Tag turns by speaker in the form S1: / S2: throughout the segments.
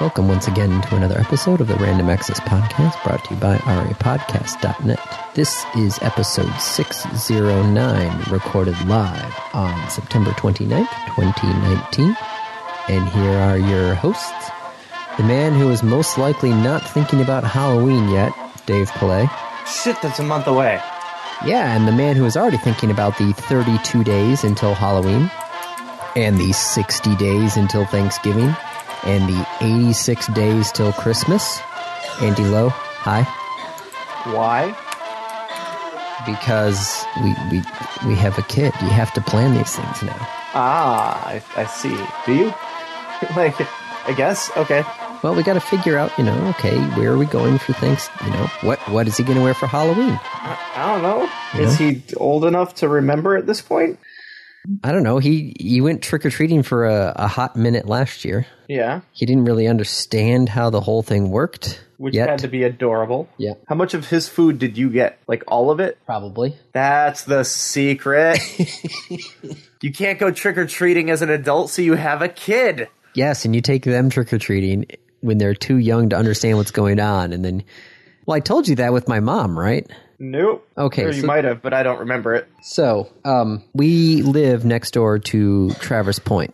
S1: Welcome once again to another episode of the Random Access Podcast brought to you by rapodcast.net. This is episode 609, recorded live on September 29th, 2019. And here are your hosts the man who is most likely not thinking about Halloween yet, Dave Pillay.
S2: Shit, that's a month away.
S1: Yeah, and the man who is already thinking about the 32 days until Halloween, and the 60 days until Thanksgiving, and the 86 days till Christmas. Andy Lowe, hi.
S2: Why?
S1: Because we, we, we have a kid. You have to plan these things now.
S2: Ah, I, I see. Do you? like, I guess? Okay.
S1: Well, we got to figure out, you know, okay, where are we going for things? You know, what what is he going to wear for Halloween?
S2: I don't know. Is he old enough to remember at this point?
S1: I don't know. He he went trick or treating for a, a hot minute last year.
S2: Yeah.
S1: He didn't really understand how the whole thing worked.
S2: Which
S1: yet.
S2: had to be adorable.
S1: Yeah.
S2: How much of his food did you get? Like all of it?
S1: probably.
S2: That's the secret. you can't go trick or treating as an adult, so you have a kid.
S1: Yes, and you take them trick or treating when they're too young to understand what's going on, and then. Well, I told you that with my mom, right?
S2: Nope.
S1: Okay,
S2: Or you
S1: so-
S2: might have, but I don't remember it.
S1: So, um, we live next door to Traverse Point,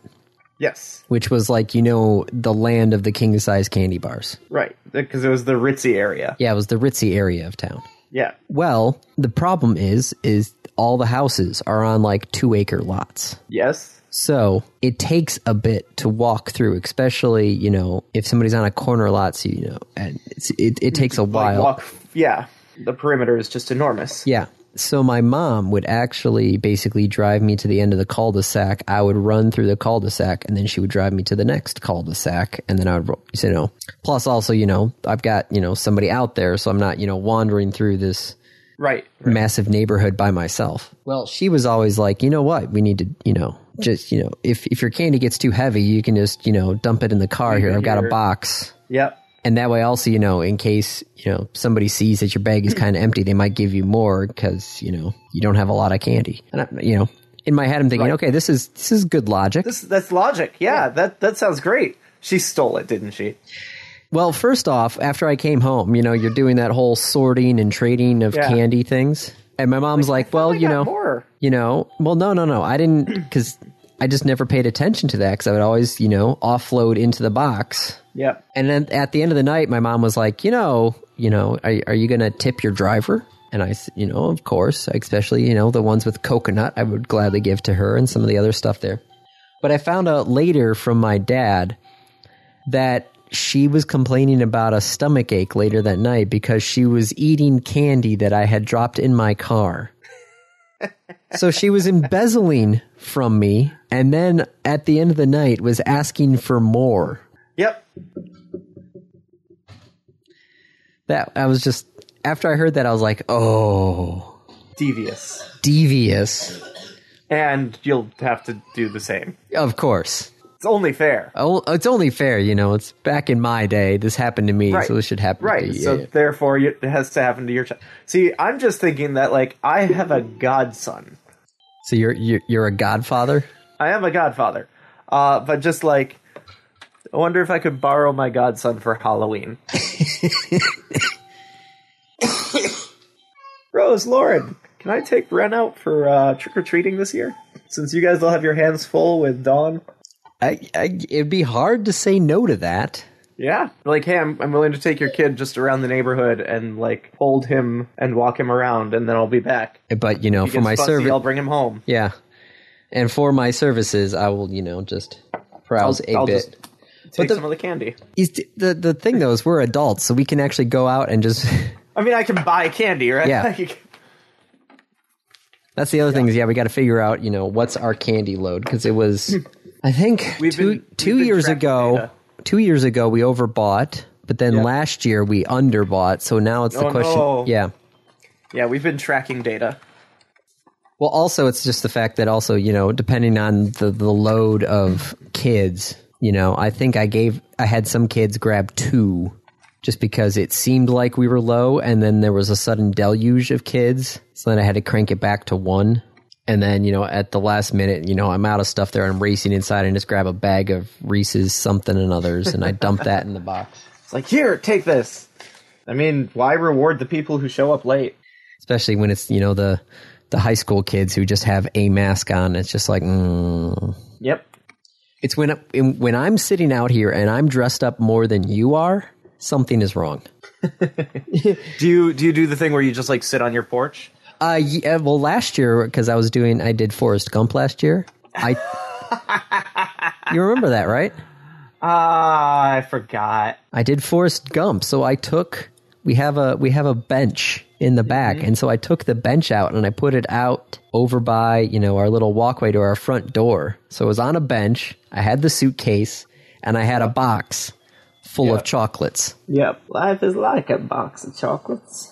S2: Yes.
S1: which was like you know the land of the king size candy bars.
S2: Right. Because it was the ritzy area.
S1: Yeah, it was the ritzy area of town.
S2: Yeah.
S1: Well, the problem is, is all the houses are on like two acre lots.
S2: Yes.
S1: So it takes a bit to walk through, especially, you know, if somebody's on a corner lot, so you know, and it's, it, it takes a
S2: like
S1: while.
S2: walk yeah the perimeter is just enormous
S1: Yeah. So my mom would actually basically drive me to the end of the cul-de-sac. I would run through the cul-de-sac and then she would drive me to the next cul-de-sac and then I would, ro- you know, plus also, you know, I've got, you know, somebody out there. So I'm not, you know, wandering through this
S2: right
S1: massive neighborhood by myself. Well, she was always like, you know what? We need to, you know, just, you know, if, if your candy gets too heavy, you can just, you know, dump it in the car here. I've got a
S2: Here.
S1: box.
S2: yep
S1: And that way, also, you know, in case, you know, somebody sees that your bag is kind of empty, they might give you more because, you know, you don't have a lot of candy. And, I, you know, in my head, I'm thinking, okay, this is, this is good logic.
S2: this, that's logic yeah, that that sounds great she stole it didn't she
S1: well, first off, after I came home, you know, you're doing that whole sorting and trading of
S2: Yeah.
S1: candy things. And my mom's like, well,
S2: I
S1: you
S2: got
S1: know,
S2: more
S1: you know, well, no, no, no. I didn't, because I just never paid attention to that because I would always, you know, offload into the box.
S2: yep
S1: And then at the end of the night, my mom was like, you know, you know, are, are you going to tip your driver? And I, s- you know, of course, especially, you know, the ones with coconut, I would gladly give to her and some of the other stuff there. But I found out later from my dad that she was complaining about a stomach ache later that night because she was eating candy that I had dropped in my car. so she was embezzling from me and then at the end of the night was asking for more.
S2: yep
S1: that I was just after I heard that I was like, oh,
S2: devious
S1: devious.
S2: and you'll have to do the same
S1: Of course.
S2: it's only fair
S1: Oh, it's only fair, you know. It's back in my day. This happened to me,
S2: Right.
S1: so this should happen to
S2: right
S1: you.
S2: so therefore it has to happen to your child see i'm just thinking that like i have a godson
S1: So you're, you're you're a godfather.
S2: i am a godfather uh but just like i wonder if i could borrow my godson for halloween Rose, Lauren, can I take Ren out for uh, trick or treating this year? Since you guys all have your hands full with Dawn.
S1: I, I it'd be hard to say no to that.
S2: Yeah. Like, hey, I'm, I'm willing to take your kid just around the neighborhood and, like, hold him and walk him around, and then I'll be back.
S1: But you know,
S2: He
S1: for
S2: gets
S1: my
S2: fussy,
S1: service,
S2: I'll bring him home.
S1: yeah, and for my services, I will you know just
S2: I'll,
S1: browse a
S2: I'll
S1: bit.
S2: just take
S1: the-
S2: some of the candy.
S1: Is th- the the thing though is we're adults, so we can actually go out and just.
S2: I mean, I can buy candy, right?
S1: Yeah.
S2: Like,
S1: That's the other thing is yeah, we got to figure out you know what's our candy load because it was I think
S2: We've
S1: two
S2: been-
S1: two
S2: we've been
S1: years
S2: tracking
S1: ago
S2: data.
S1: two years ago we overbought, but then last year we underbought. So now it's the
S2: Oh,
S1: question,
S2: no.
S1: yeah.
S2: yeah, we've been tracking data.
S1: Well, also it's just the fact that also you know depending on the the load of kids, you know, I think I gave I had some kids grab two just because it seemed like we were low, and then there was a sudden deluge of kids, so then I had to crank it back to one. And then, you know, at the last minute, you know, I'm out of stuff there. I'm racing inside and just grab a bag of Reese's something and others, and I dump that in the box.
S2: It's like, here, take this. I mean, why reward the people who show up late?
S1: Especially when it's, you know, the the high school kids who just have a mask on. It's just like, mm.
S2: Yep.
S1: it's when when I'm sitting out here and I'm dressed up more than you are, something is wrong.
S2: Do you do you do the thing where you just like sit on your porch?
S1: Uh, yeah, well, last year because I was doing, I did Forrest Gump last year. I, you remember that, right?
S2: Ah, I forgot.
S1: I did Forrest Gump, so I took we have a we have a bench in the back, and so I took the bench out and I put it out over by you know our little walkway to our front door. So it was on a bench. I had the suitcase and I had a box full of chocolates.
S2: Yep. Life is like a box of chocolates.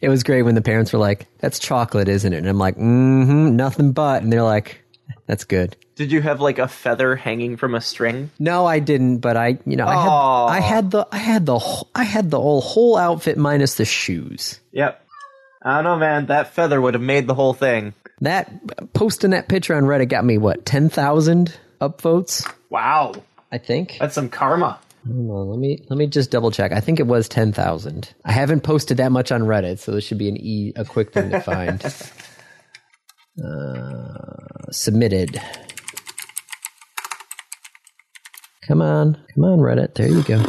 S1: It was great when the parents were like, "That's chocolate, isn't it?" And I'm like, "Mm-hmm, nothing but," and they're like, "That's good."
S2: Did you have like a feather hanging from a string?
S1: No, I didn't. But I, you know,
S2: Aw.
S1: I had, I had the, I had the, wh- I had the whole whole outfit minus the shoes.
S2: Yep. I don't know, man. That feather would have made the whole thing.
S1: That posting that picture on Reddit got me what ten thousand upvotes,
S2: Wow.
S1: I think.
S2: That's some karma.
S1: Hold on, let me let me just double check. I think it was ten thousand. I haven't posted that much on Reddit, so this should be an e a quick thing to find. uh, submitted. Come on, come on, Reddit. There you go.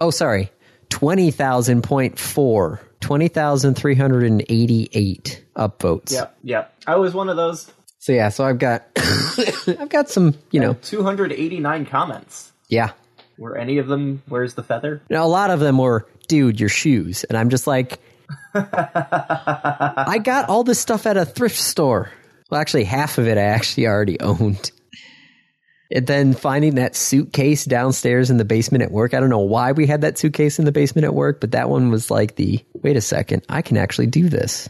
S1: Oh, sorry, twenty thousand point four. 20,388 upvotes.
S2: Yep. Yep. I was one of those
S1: So yeah, so I've got I've got some, you know,
S2: 289 comments.
S1: yeah.
S2: Were any of them where's the feather?
S1: Now a lot of them were, dude, your shoes, and I'm just like, I got all this stuff at a thrift store. Well, actually, half of it I actually already owned. And then finding that suitcase downstairs in the basement at work. I don't know why we had that suitcase in the basement at work, but that one was like the wait a second, I can actually do this.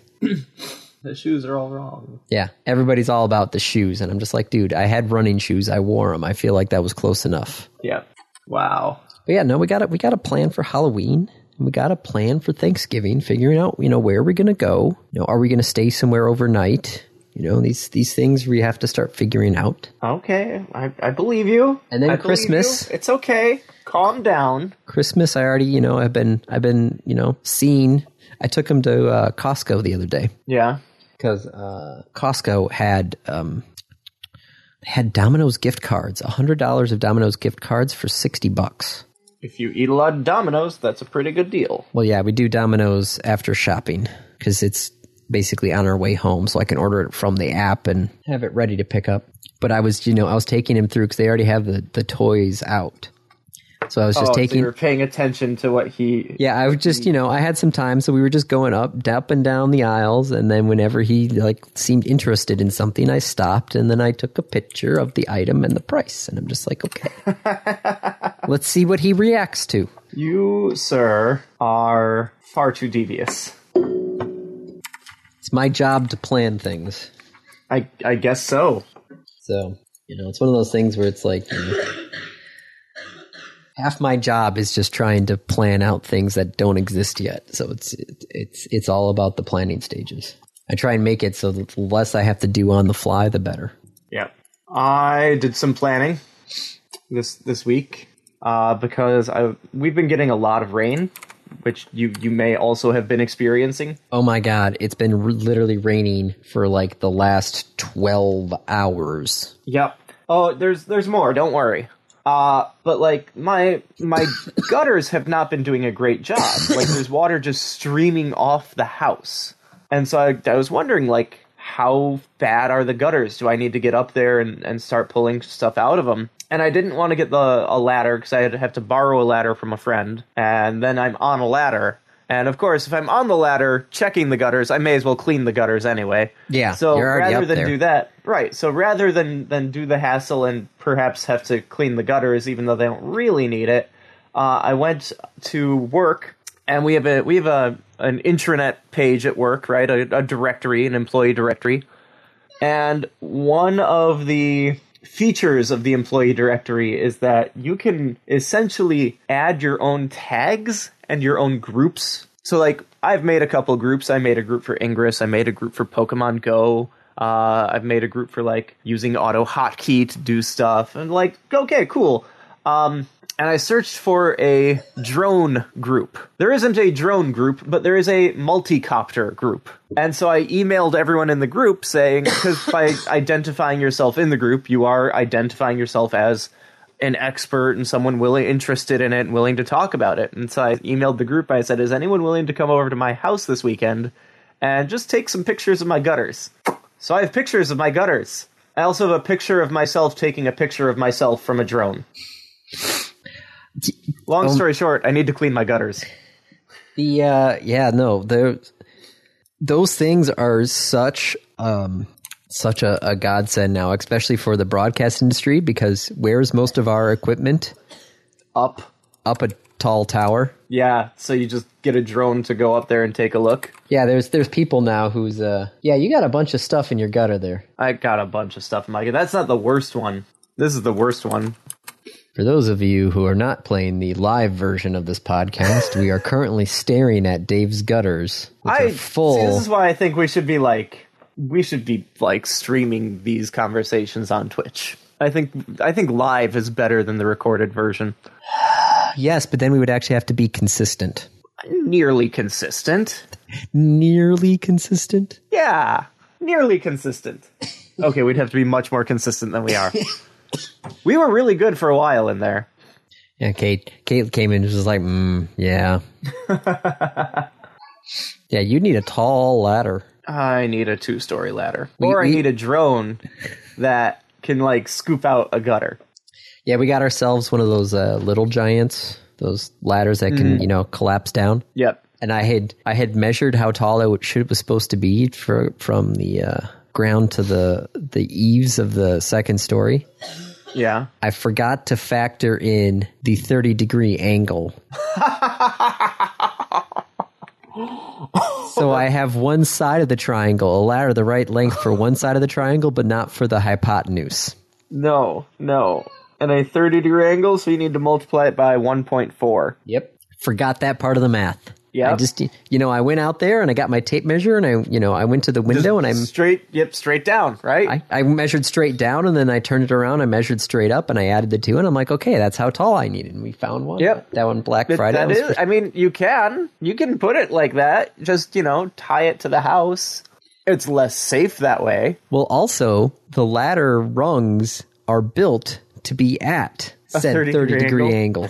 S2: The shoes are all wrong.
S1: Yeah, everybody's all about the shoes, and I'm just like, dude, I had running shoes, I wore them. I feel like that was close enough.
S2: Yep. Wow.
S1: But yeah, no, we got it. We got a plan for Halloween. We got a plan for Thanksgiving. Figuring out, you know, where we're going to go. You know, are we going to stay somewhere overnight? You know, these these things we have to start figuring out.
S2: Okay, I, I believe you.
S1: And then
S2: I believe
S1: Christmas.
S2: you. It's okay. Calm down.
S1: Christmas, I already, you know, I've been I've been, you know, seen. I took him to uh, Costco the other day
S2: Yeah.
S1: because uh, Costco had um, had Domino's gift cards, hundred dollars of Domino's gift cards for sixty bucks.
S2: If you eat a lot of Dominoes, that's a pretty good deal.
S1: Well, yeah, we do Domino's after shopping because it's basically on our way home, so I can order it from the app and have it ready to pick up. But I was, you know, I was taking him through because they already have the, the toys out, so I was just
S2: oh, so
S1: taking.
S2: you're paying attention to what he.
S1: yeah, I was just, you know, I had some time, so we were just going up, up and down the aisles, and then whenever he like seemed interested in something, I stopped, and then I took a picture of the item and the price, and I'm just like, okay, let's see what he reacts to.
S2: You, sir, are far too devious.
S1: It's my job to plan things.
S2: I I guess so.
S1: So, you know, it's one of those things where it's like you know, half my job is just trying to plan out things that don't exist yet. So it's it's it's all about the planning stages. I try and make it so that the less I have to do on the fly, the better.
S2: Yep. I did some planning this this week uh, because I we've been getting a lot of rain, which you you may also have been experiencing.
S1: Oh my god, it's been r- literally raining for like the last 12 hours.
S2: Yep. Oh, there's there's more. Don't worry. Uh, but like my my gutters have not been doing a great job. Like there's water just streaming off the house, and so I, I was wondering like how bad are the gutters? Do I need to get up there and, and start pulling stuff out of them? And I didn't want to get the a ladder because I'd have to borrow a ladder from a friend, and then I'm on a ladder. And of course, if I'm on the ladder checking the gutters, I may as well clean the gutters anyway.
S1: Yeah,
S2: So
S1: you're already
S2: rather
S1: up
S2: than
S1: there.
S2: do that, right? So rather than than do the hassle and perhaps have to clean the gutters, even though they don't really need it, uh, I went to work, and we have a we have a an intranet page at work, right? A, a directory, an employee directory, and one of the features of the employee directory is that you can essentially add your own tags and your own groups. So like I've made a couple groups. I made a group for Ingress, I made a group for Pokemon Go. Uh, I've made a group for like using auto hotkey to do stuff, and like, okay, cool. Um, and I searched for a drone group. There isn't a drone group, but there is a multicopter group. And so I emailed everyone in the group saying, because by identifying yourself in the group, you are identifying yourself as an expert and someone willing interested in it and willing to talk about it. And so I emailed the group. I said, "Is anyone willing to come over to my house this weekend and just take some pictures of my gutters?" So I have pictures of my gutters. I also have a picture of myself taking a picture of myself from a drone. Long story short, I need to clean my gutters.
S1: The uh, yeah, no, there. Those things are such um, such a, a godsend now, especially for the broadcast industry, because where's most of our equipment?
S2: Up.
S1: Up a tall tower.
S2: Yeah, so you just get a drone to go up there and take a look.
S1: Yeah, there's there's people now who's uh yeah, you got a bunch of stuff in your gutter there.
S2: I got a bunch of stuff, Mike. That's not the worst one. This is the worst one.
S1: For those of you who are not playing the live version of this podcast, we are currently staring at Dave's gutters, which
S2: I
S1: are full.
S2: See, this is why I think we should be like we should be like streaming these conversations on Twitch. I think I think live is better than the recorded version.
S1: yes, but then we would actually have to be consistent,
S2: Nearly consistent.
S1: nearly consistent.
S2: Yeah, nearly consistent. Okay, we'd have to be much more consistent than we are. we were really good for a while in there.
S1: Yeah, Kate. Kate came in and was like, mm, "Yeah, yeah, you need a tall ladder."
S2: I need a two-story ladder, or I
S1: we-
S2: need a drone that can like scoop out a gutter.
S1: Yeah, we got ourselves one of those uh, little giants, those ladders that can you know collapse down.
S2: Yep.
S1: and I had I had measured how tall it would- should it was supposed to be for, from the uh, ground to the the eaves of the second story.
S2: Yeah.
S1: I forgot to factor in the thirty degree angle. so I have one side of the triangle, a ladder the right length for one side of the triangle, but not for the hypotenuse.
S2: No, no. And a 30 degree angle, so you need to multiply it by 1.4.
S1: Yep. Forgot that part of the math.
S2: Yep.
S1: I just you know I went out there and I got my tape measure and I you know I went to the window and I
S2: Straight, yep, straight down, right?
S1: I, I measured straight down and then I turned it around. I measured straight up and I added the two, and I'm like, okay, that's how tall I needed. And we found one.
S2: Yep.
S1: That one Black
S2: It-
S1: Friday.
S2: that
S1: was
S2: is, I mean, you can. You can put it like that. Just, you know, tie it to the house. It's less safe that way.
S1: Well, also, the ladder rungs are built to be at said 30
S2: 30
S1: degree,
S2: degree
S1: angle.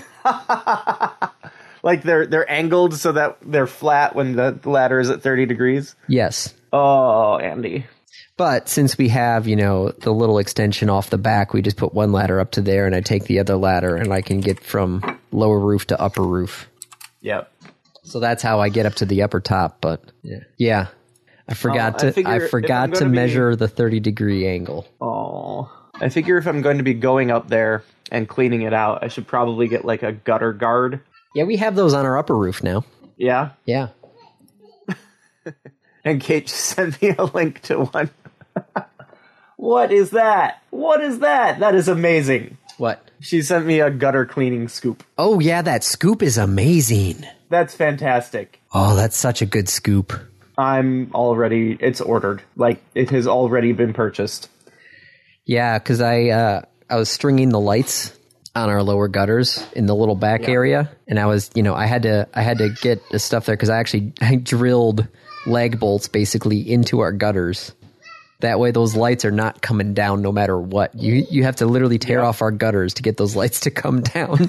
S2: Like they're they're angled so that they're flat when the ladder is at 30 degrees.
S1: Yes.
S2: Oh, Andy.
S1: But since we have, you know, the little extension off the back, we just put one ladder up to there and I take the other ladder and I can get from lower roof to upper roof.
S2: Yep.
S1: So that's how I get up to the upper top, but yeah. Yeah. I forgot
S2: Uh, I
S1: to
S2: figure if
S1: I
S2: I'm
S1: forgot to
S2: gonna be-
S1: measure the 30 degree angle.
S2: Oh. I figure if I'm going to be going up there and cleaning it out, I should probably get like a gutter guard.
S1: Yeah, we have those on our upper roof now.
S2: Yeah.
S1: Yeah.
S2: And Kate just sent me a link to one. what is that? What is that? That is amazing.
S1: What?
S2: She sent me a gutter cleaning scoop.
S1: Oh yeah, that scoop is amazing.
S2: That's fantastic.
S1: Oh, that's such a good scoop.
S2: I'm already, it's ordered. Like, it has already been purchased.
S1: Yeah, cuz I uh I was stringing the lights on our lower gutters in the little back area and I was, you know, I had to I had to get the stuff there cuz I actually I drilled lag bolts basically into our gutters. That way those lights are not coming down no matter what. You you have to literally tear off our gutters to get those lights to come down.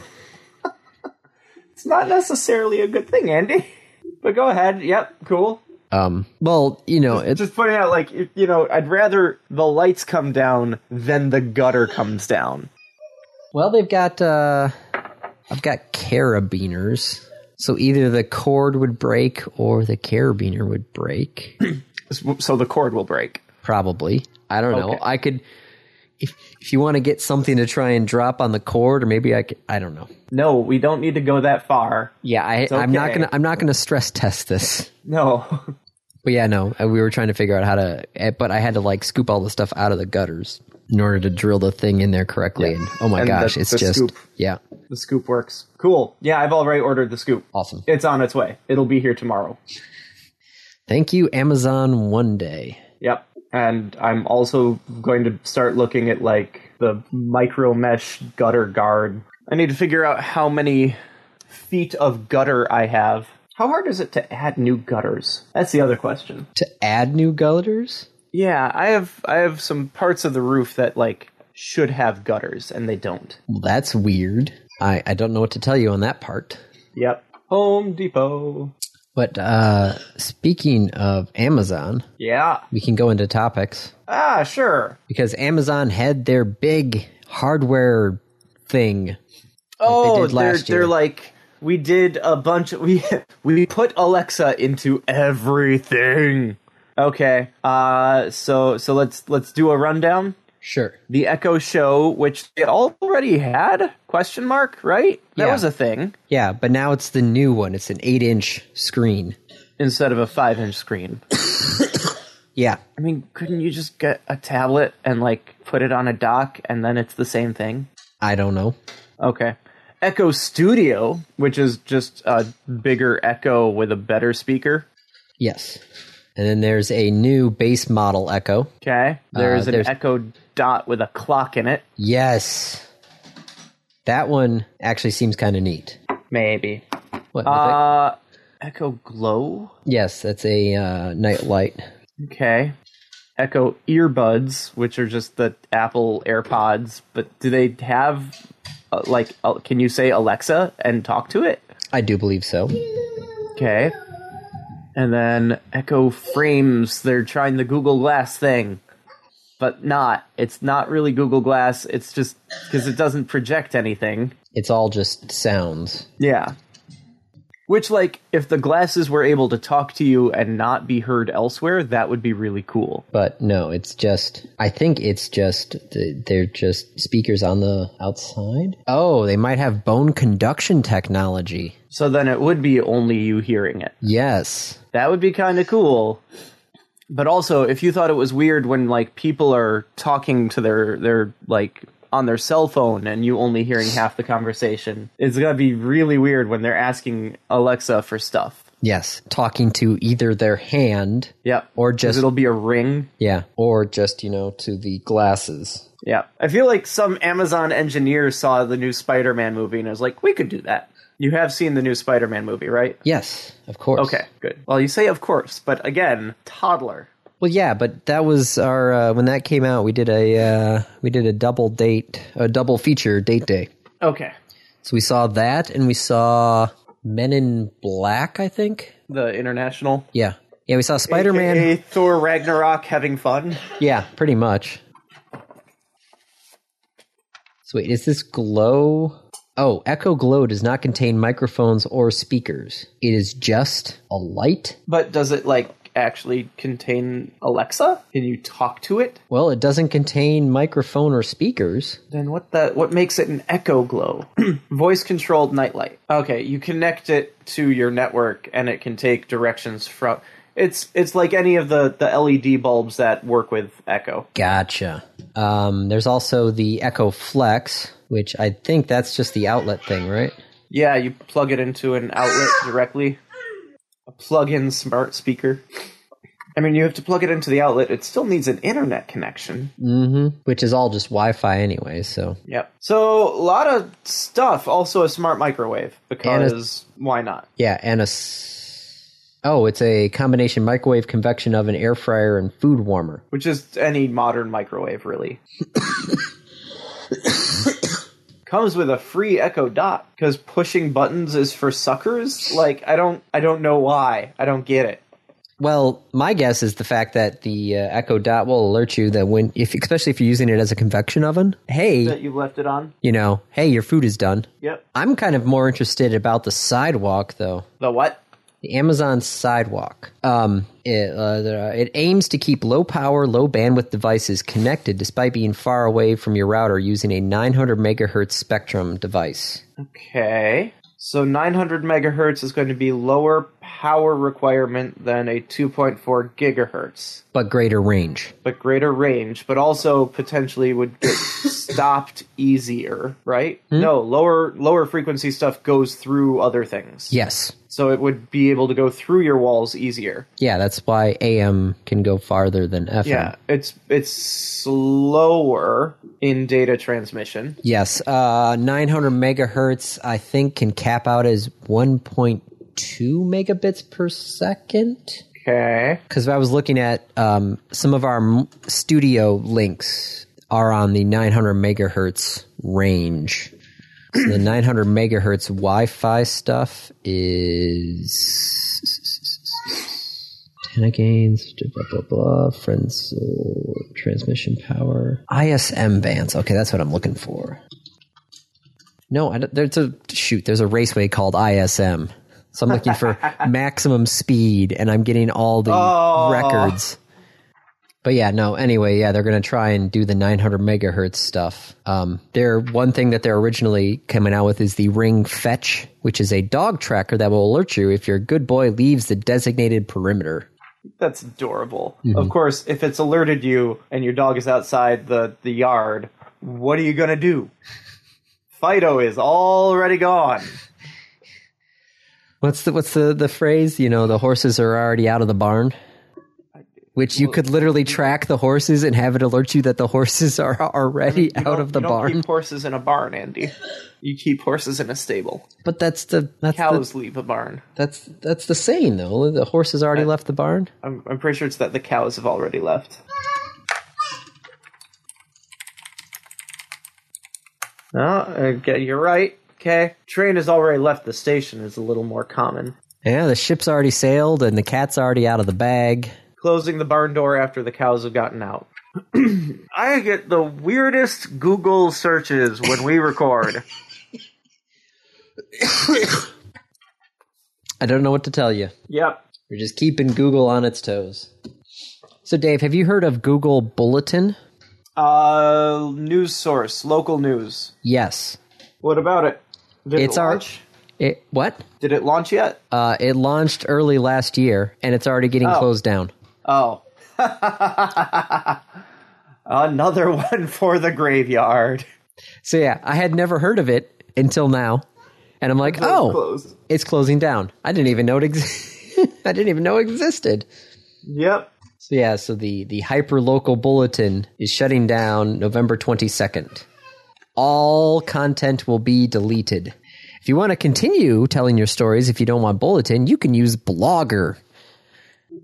S2: It's not necessarily a good thing, Andy. But go ahead. Yep, cool.
S1: Um well, you know, it's
S2: Just pointing out, like, you you know, I'd rather the lights come down than the gutter comes down.
S1: Well, they've got uh I've got carabiners. So either the cord would break or the carabiner would break.
S2: So the cord will break.
S1: Probably. I don't know.
S2: Okay.
S1: I could if if you want to get something to try and drop on the cord or maybe I could, I don't know.
S2: No, we don't need to go that far.
S1: Yeah, I I'm not
S2: okay.
S1: going to I'm not going to stress test this.
S2: No.
S1: But yeah, no. uh, We were trying to figure out how to eh, but I had to like scoop all the stuff out of the gutters in order to drill the thing in there correctly and oh my
S2: And the-
S1: gosh, it's
S2: the
S1: just
S2: scoop.
S1: yeah.
S2: The scoop works. Cool. Yeah, I've already ordered the scoop.
S1: Awesome.
S2: It's on its way. It'll be here tomorrow.
S1: Thank you Amazon one day.
S2: Yep. and I'm also going to start looking at like the micro mesh gutter guard. I need to figure out how many feet of gutter I have. How hard is it to add new gutters? That's the other question.
S1: To add new gutters?
S2: Yeah, I have I have some parts of the roof that like should have gutters and they don't.
S1: Well, that's weird. I, I don't know what to tell you on that part.
S2: Yep. Home Depot.
S1: But uh, speaking of Amazon,
S2: Yeah.
S1: we can go into topics
S2: Ah, sure.
S1: because Amazon had their big hardware thing.
S2: oh,
S1: did last
S2: they're,
S1: year.
S2: they're like we did a bunch of, we we put Alexa into everything. Okay. Uh so so let's let's do a rundown.
S1: Sure.
S2: The Echo Show, which they already had? Question mark, right? That
S1: Yeah.
S2: was a thing
S1: Yeah, but now it's the new one. It's an eight inch screen.
S2: instead of a 5-inch screen.
S1: Yeah.
S2: I mean, couldn't you just get a tablet and like put it on a dock and then it's the same thing?
S1: I don't know.
S2: Okay. Echo Studio, which is just a bigger Echo with a better speaker.
S1: Yes. And then there's a new base model Echo.
S2: Okay. There's an
S1: there's-
S2: Echo Dot with a clock in it.
S1: Yes. That one actually seems kind of neat.
S2: Maybe.
S1: What?
S2: Uh, Echo Glow.
S1: yes, that's a uh, night light.
S2: Okay. Echo earbuds, which are just the Apple AirPods, but do they have uh, like uh, can you say Alexa and talk to it?
S1: I do believe so.
S2: Okay. And then Echo Frames, they're trying the Google Glass thing. But not. It's not really Google Glass. It's just because it doesn't project anything.
S1: It's all just sounds.
S2: Yeah. Which, like, if the glasses were able to talk to you and not be heard elsewhere, that would be really cool.
S1: But no, it's just. I think it's just th- they're just speakers on the outside. Oh, they might have bone conduction technology.
S2: So then it would be only you hearing it.
S1: Yes.
S2: That would be kind of cool. But also, if you thought it was weird when like people are talking to their their like on their cell phone and you only hearing half the conversation, it's gonna be really weird when they're asking Alexa for stuff.
S1: Yes. Talking to either their hand.
S2: Yep.
S1: Or
S2: 'Cause
S1: just-
S2: it'll be a ring.
S1: Yeah. Or just, you know, to the glasses.
S2: Yeah. I feel like some Amazon engineer saw the new Spider-Man movie and was like, "We could do that." You have seen the new Spider-Man movie, right?
S1: Yes, of course.
S2: Okay, good. Well, you say of course, but again, toddler.
S1: Well, yeah, but that was our uh, when that came out. We did a uh, we did a double date, a double feature date day.
S2: Okay.
S1: So we saw that, and we saw Men in Black. I think.
S2: The international
S1: Yeah, yeah. We saw Spider Man.
S2: AKA Thor Ragnarok having fun.
S1: Yeah, pretty much. So wait, is this glow? Oh, Echo Glow does not contain microphones or speakers. It is just a light.
S2: But does it like actually contain Alexa? Can you talk to it?
S1: Well, it doesn't contain microphone or speakers.
S2: Then what the what makes it an echo glow? Voice controlled nightlight. Okay, you connect it to your network and it can take directions from it's it's like any of the, the LED bulbs that work with Echo.
S1: Gotcha. Um, there's also the Echo Flex, which I think that's just the outlet thing, right?
S2: Yeah, you plug it into an outlet directly. A plug-in smart speaker. I mean, you have to plug it into the outlet. It still needs an internet connection.
S1: Mm-hmm. Which is all just Wi-Fi anyway. So
S2: Yep. So a lot of stuff. Also a smart microwave because why not?
S1: yeah, and a s- oh, it's a combination microwave convection oven, air fryer, and food warmer.
S2: Which is any modern microwave really. Comes with a free Echo Dot because pushing buttons is for suckers. Like I don't, I don't know why. I don't get it.
S1: Well, my guess is the fact that the uh, Echo Dot will alert you that when, if especially if you're using it as a convection oven, hey,
S2: That you left it on.
S1: you know, hey, your food is done.
S2: Yep.
S1: I'm kind of more interested about the sidewalk though.
S2: The what?
S1: The Amazon sidewalk. Um, it, uh, the- it aims to keep low power, low bandwidth devices connected despite being far away from your router using a 900 megahertz spectrum device.
S2: Okay. So 900 megahertz is going to be lower power requirement than a 2.4 gigahertz.
S1: But greater range.
S2: but greater range, but also potentially would get stopped Hmm? easier, right? No, lower lower frequency stuff goes through other things.
S1: Yes.
S2: so it would be able to go through your walls easier.
S1: Yeah, that's why AM can go farther than FM.
S2: Yeah, it's it's slower in data transmission.
S1: Yes, uh, 900 megahertz, I think, can cap out as 1.2 megabits per second.
S2: Okay.
S1: Because I was looking at um, some of our m- studio links are on the 900 megahertz range. So the 900 megahertz Wi-Fi stuff is antenna gains, blah blah blah, friends, uh, transmission power, ISM bands. Okay, that's what I'm looking for. No, I don't- there's a shoot. There's a raceway called ISM, so I'm looking for maximum speed, and I'm getting all the
S2: Oh.
S1: records. But yeah, no. Anyway, yeah, they're gonna try and do the 900 megahertz stuff. Um, they're one thing that they're originally coming out with is the Ring Fetch, which is a dog tracker that will alert you if your good boy leaves the designated perimeter.
S2: That's adorable. Of course, if it's alerted you and your dog is outside the, the yard, what are you going to do? Fido is already gone.
S1: What's the what's the the phrase? You know, the horses are already out of the barn. Which you could literally track the horses and have it alert you that the horses are already
S2: You
S1: out
S2: don't-
S1: of the
S2: you don't
S1: barn.
S2: keep horses in a barn, Andy. You keep horses in a stable.
S1: But that's the that's the,
S2: Cows leave a barn.
S1: that's that's the saying though. The horses already left the barn.
S2: I'm, I'm pretty sure it's that the cows have already left. No, okay, you're right. Okay, train has already left the station is a little more common.
S1: Yeah, the ship's already sailed and the cat's already out of the bag.
S2: Closing the barn door after the cows have gotten out. I get the weirdest Google searches when we record.
S1: I don't know what to tell you.
S2: yep.
S1: We're just keeping Google on its toes. So Dave, have you heard of Google Bulletin?
S2: Uh, news source, local news.
S1: Yes.
S2: What about it? Did
S1: It's
S2: it
S1: our-
S2: launch?
S1: It what?
S2: Did it launch yet?
S1: Uh, it launched early last year and it's already getting closed down.
S2: Oh. Another one for the graveyard.
S1: So yeah, I had never heard of it until now, and I'm like, oh,
S2: Closed.
S1: it's closing down. I didn't even know it. Ex- I didn't even know it existed.
S2: Yep.
S1: So yeah, so the the hyperlocal bulletin is shutting down November 22nd. All content will be deleted. If you want to continue telling your stories, if you don't want bulletin, you can use Blogger.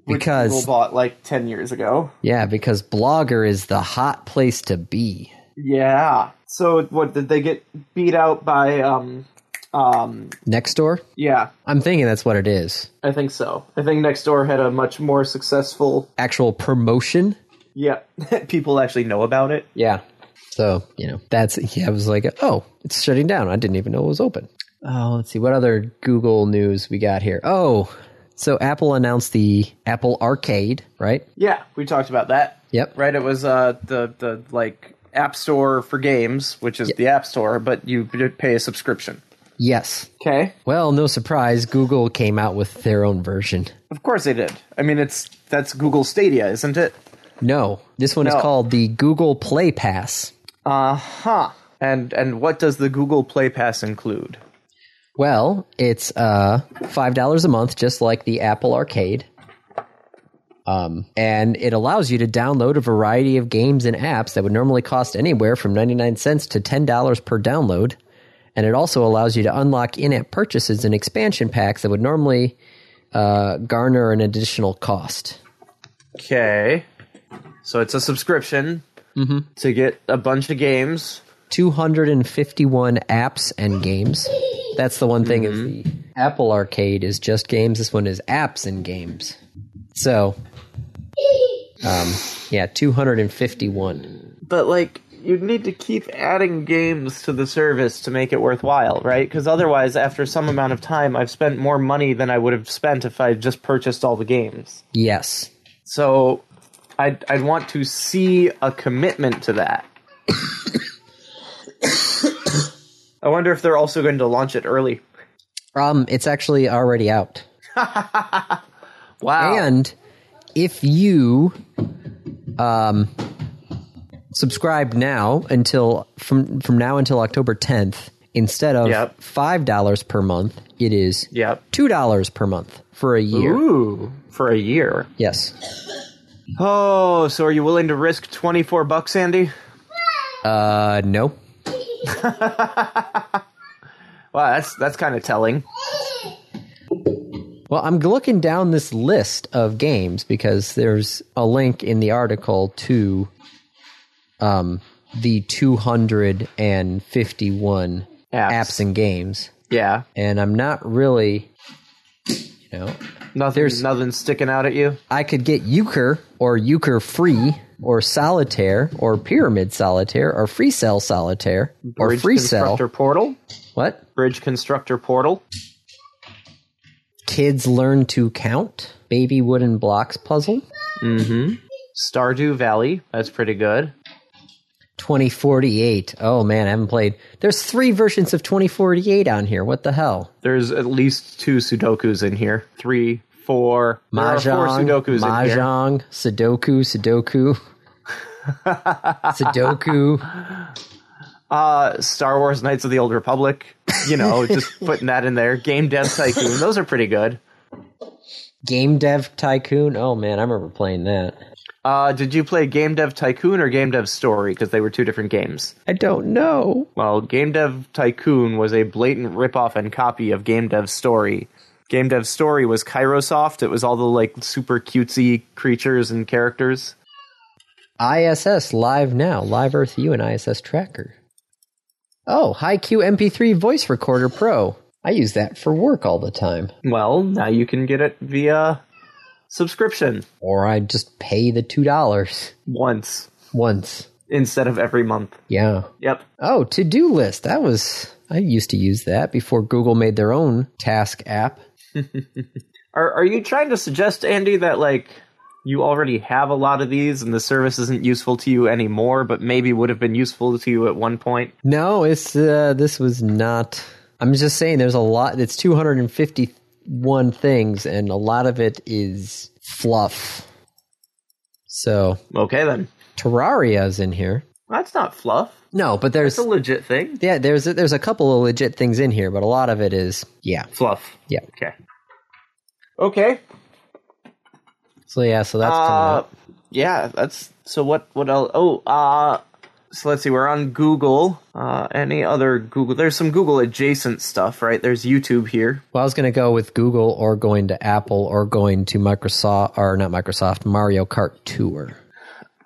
S1: Because
S2: Google bought like 10 years ago.
S1: yeah, because Blogger is the hot place to be.
S2: Yeah. So what did they get beat out by um um
S1: Next door?
S2: yeah,
S1: I'm thinking that's what it is.
S2: I think so. I think Nextdoor had a much more successful
S1: Actual promotion
S2: yeah, people actually know about it.
S1: Yeah. So, you know, that's, yeah, I was like, oh, it's shutting down. I didn't even know it was open. Oh, let's see. What other Google news we got here? Oh, so Apple announced the Apple Arcade, right?
S2: Yeah, we talked about that.
S1: Yep.
S2: Right, it was uh the the like App Store for games, which is the App Store, but you pay a subscription.
S1: Yes.
S2: Okay.
S1: Well, no surprise, Google came out with their own version.
S2: Of course they did. I mean, it's that's Google Stadia, isn't it?
S1: No, this one is
S2: No.
S1: called the Google Play Pass.
S2: Uh huh. And and what does the Google Play Pass include?
S1: Well, it's uh, $5 a month, just like the Apple Arcade. Um, and it allows you to download a variety of games and apps that would normally cost anywhere from 99 cents to $10 per download. And it also allows you to unlock in app purchases and expansion packs that would normally uh, garner an additional cost.
S2: Okay. Mm-hmm. So it's a subscription to get a bunch of games.
S1: 251 apps and games. That's the one thing is
S2: Mm-hmm.
S1: the Apple Arcade is just games. This one is apps and games. So, um, yeah, 251.
S2: But like you need to keep adding games to the service to make it worthwhile, right? Because otherwise, after some amount of time, I've spent more money than I would have spent if I had just purchased all the games.
S1: Yes.
S2: So I'd I'd want to see a commitment to that. I wonder if they're also going to launch it early.
S1: Um, it's actually already out.
S2: Wow.
S1: And if you um, subscribe now until from from now until October 10th, Instead of
S2: Yep.
S1: $5 per month, it is
S2: Yep.
S1: $2 per month for a year.
S2: Ooh, for a year.
S1: Yes.
S2: Oh, so are you willing to risk 24 bucks, Andy?
S1: Uh, no.
S2: Wow, that's that's kind of telling.
S1: Well, I'm looking down this list of games because there's a link in the article to um, the 251
S2: Apps.
S1: apps and games.
S2: Yeah.
S1: And I'm not really, you know,
S2: Nothing nothing sticking out at you?
S1: I could get euchre or euchre free or solitaire or pyramid solitaire or free cell solitaire or free cell.
S2: Constructor Portal?
S1: What?
S2: Bridge Constructor Portal?
S1: Kids learn to count. Baby wooden blocks puzzle.
S2: Stardew Valley. That's pretty good.
S1: 2048. Oh man, I haven't played. There's three versions of 2048 on here. What the hell?
S2: There's at least two Sudokus in here. Three, four. There are four
S1: Mahjong,
S2: Sudokus in here.
S1: Mahjong, Sudoku, Sudoku, Sudoku.
S2: Uh, Star Wars Knights of the Old Republic. You know, just putting that in there. Game Dev Tycoon. Those are pretty good.
S1: Game Dev Tycoon. Oh man, I remember playing that.
S2: Uh, did you play Game Dev Tycoon or Game Dev Story? Because they were two different games.
S1: I don't know.
S2: Well, Game Dev Tycoon was a blatant ripoff and copy of Game Dev Story. Game Dev Story was Kairosoft. It was all the like super cutesy creatures and characters.
S1: ISS Live Now, Live Earth U and ISS Tracker. Oh, HiQ MP3 Voice Recorder Pro. I use that for work all the time.
S2: Well, now you can get it via subscription
S1: Or I just pay the $2
S2: once
S1: once.
S2: instead of every month.
S1: Yeah.
S2: Yep.
S1: Oh, to do list. That was, I used to use that before Google made their own task app.
S2: Are are you trying to suggest, Andy, that like you already have a lot of these and the service isn't useful to you anymore, but maybe would have been useful to you at one point?
S1: No, it's, uh, this was not, I'm just saying there's a lot, it's 251 things, and a lot of it is fluff. So,
S2: Okay then.
S1: Terraria's in here.
S2: That's not fluff.
S1: No, but there's
S2: It's a legit thing.
S1: yeah, there's there's a couple of legit things in here, but a lot of it is yeah,
S2: Fluff.
S1: yeah.
S2: Okay. Okay.
S1: So yeah, so that's coming
S2: Uh,
S1: up.
S2: yeah, that's so what what else oh uh so let's see, we're on Google. Uh any other Google there's some Google adjacent stuff, right? There's YouTube here.
S1: Well, I was gonna go with Google or going to Apple or going to Microsoft or not Microsoft Mario Kart Tour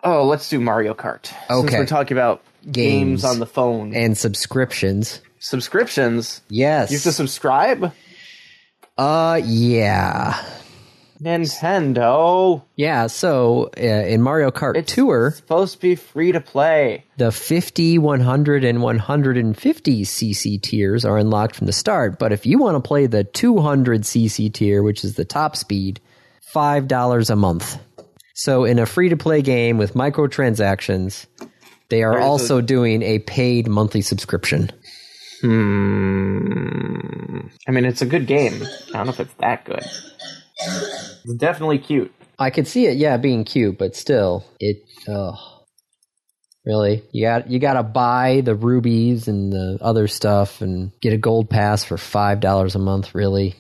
S2: Oh, let's do Mario Kart. Since
S1: Okay.
S2: we're talking about
S1: Games.
S2: games on the phone.
S1: and subscriptions.
S2: subscriptions.
S1: Yes.
S2: You have to subscribe?
S1: uh, yeah,
S2: Nintendo.
S1: yeah. So uh, in Mario Kart Tour,
S2: It's supposed to be free to play.
S1: The 50, 100, and 150 cc tiers are unlocked from the start, but if you want to play the 200 cc tier, which is the top speed, $5 a month. So, in a free to play game with microtransactions, they are
S2: so-
S1: also doing a paid monthly subscription. Hmm.
S2: I mean, it's a good game. I don't know if it's that good. It's definitely cute.
S1: I could see it, yeah, being cute, but still, it, ugh. Really, you got you got to buy the rubies and the other stuff, and get a gold pass for five dollars a month. Really,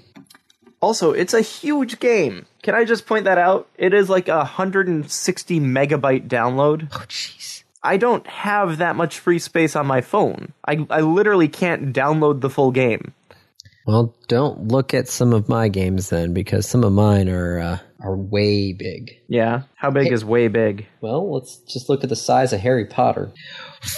S2: Also, it's a huge game. Can I just point that out? It is like a 160 megabyte download.
S1: oh jeez.
S2: I don't have that much free space on my phone. I, I literally can't download the full game.
S1: Well, don't look at some of my games then, because some of mine are uh, are way big.
S2: Yeah. How big is way big?
S1: Well, let's just look at the size of Harry Potter.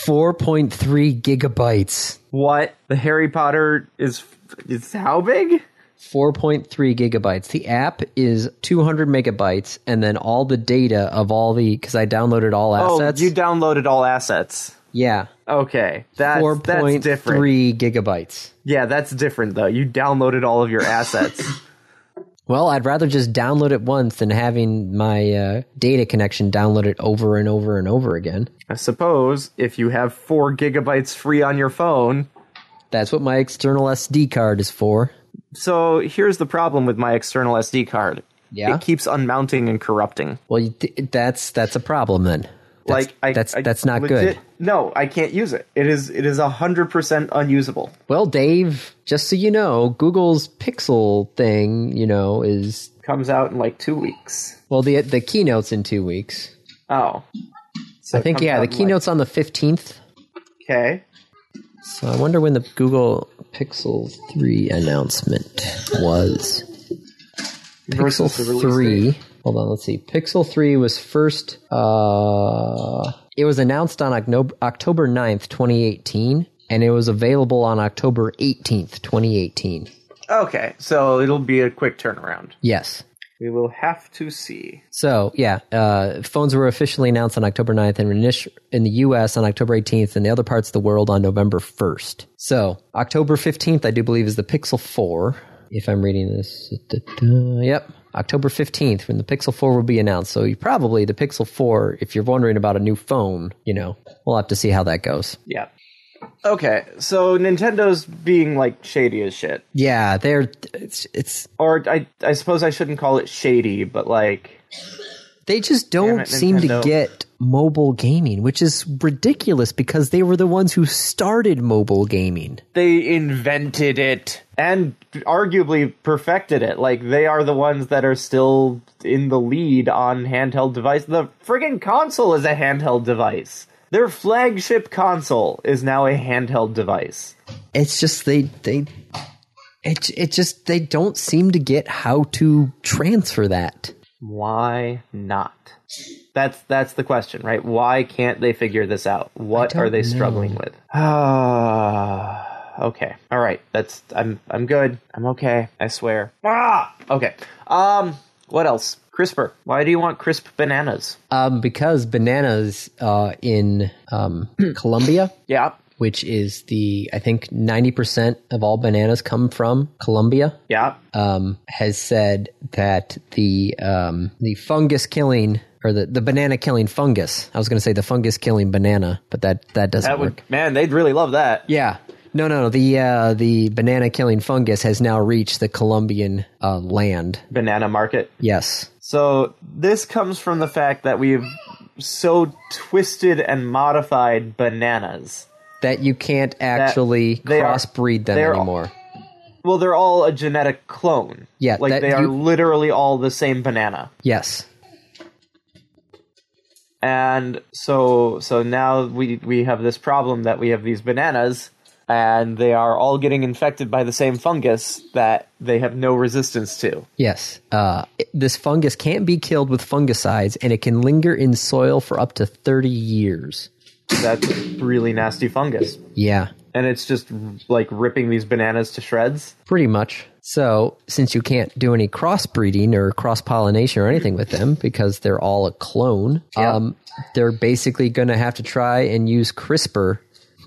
S1: Four point three gigabytes.
S2: What? The Harry Potter is is how big?
S1: Four point three gigabytes. The app is two hundred megabytes, and then all the data of all the because I downloaded all assets.
S2: Oh, you downloaded all assets.
S1: yeah,
S2: Okay, that's
S1: four
S2: that's
S1: point
S2: different.
S1: three gigabytes.
S2: Yeah, that's different though. You downloaded all of your assets.
S1: Well, I'd rather just download it once than having my uh, data connection download it over and over and over again.
S2: I suppose if you have four gigabytes free on your phone.
S1: That's what my external SD card is for.
S2: So here's the problem with my external SD card.
S1: Yeah.
S2: It keeps unmounting and corrupting.
S1: Well, you th- that's that's a problem then.
S2: like I,
S1: that's-
S2: I
S1: that's not
S2: legit-
S1: good.
S2: No, I can't use it. It is it is hundred percent unusable.
S1: Well, Dave, just so you know, Google's Pixel thing, you know, is
S2: Comes out in like two weeks.
S1: well the the keynote's in two weeks.
S2: Oh, so
S1: I think yeah, the keynote's on the fifteenth.
S2: okay.
S1: So I wonder when the Google Pixel three announcement was.
S2: Versus the
S1: Pixel
S2: release
S1: three.
S2: date.
S1: Hold on, let's see. Pixel three was first. Uh, it was announced on October October 9th, twenty eighteen, and it was available on October eighteenth, twenty eighteen.
S2: Okay, so it'll be a quick turnaround.
S1: Yes.
S2: We will have to see.
S1: So yeah, uh, phones were officially announced on October 9th and init- in the U.S. on October 18th, and the other parts of the world on November 1st. So October 15th, I do believe, is the Pixel 4. If I'm reading this, Da-da. yep, October 15th when the Pixel 4 will be announced. So you probably the Pixel 4, if you're wondering about a new phone, you know, we'll have to see how that goes.
S2: Yeah. Okay, so Nintendo's being like shady as shit.
S1: Yeah, they're it's, it's
S2: Or I I suppose I shouldn't call it shady, but like
S1: They just don't
S2: it,
S1: seem to
S2: Nintendo.
S1: get mobile gaming, which is ridiculous because they were the ones who started mobile gaming.
S2: they invented it and arguably perfected it. Like they are the ones that are still in the lead on handheld device. The friggin' console is a handheld device. Their flagship console is now a handheld device.
S1: It's just they they it it just they don't seem to get how to transfer that.
S2: Why not? That's that's the question, right? Why can't they figure this out? What
S1: don't
S2: are they
S1: know.
S2: struggling with? Ah, okay. All right. That's I'm I'm good. I'm okay. I swear. Ah, okay. Um, what else? CRISPR. Why do you want crisp bananas?
S1: Um, because bananas uh, in um, Colombia,
S2: Yeah.
S1: which is the I think ninety percent of all bananas come from Colombia.
S2: Yeah.
S1: um, has said that the um, the fungus killing or the, the banana killing fungus. I was going to say the fungus killing banana, but that that doesn't
S2: That
S1: work.
S2: would man, they'd really love that.
S1: Yeah. No, no, no. The uh, the banana killing fungus has now reached the Colombian uh, land.
S2: Banana market.
S1: Yes.
S2: So this comes from the fact that we've so twisted and modified bananas
S1: That you can't actually
S2: they are-
S1: crossbreed them
S2: they are-
S1: anymore.
S2: Well, they're all a genetic clone.
S1: Yeah,
S2: like
S1: that-
S2: they are
S1: you-
S2: literally all the same banana.
S1: Yes.
S2: And so, so now we we have this problem that we have these bananas, and they are all getting infected by the same fungus that they have no resistance to.
S1: Yes. Uh, it- this fungus can't be killed with fungicides, and it can linger in soil for up to thirty years.
S2: That's really nasty fungus,
S1: Yeah.
S2: and it's just like ripping these bananas to shreds.
S1: Pretty much. So, since you can't do any crossbreeding or cross pollination or anything with them because they're all a clone,
S2: Yeah.
S1: um, they're basically going to have to try and use CRISPR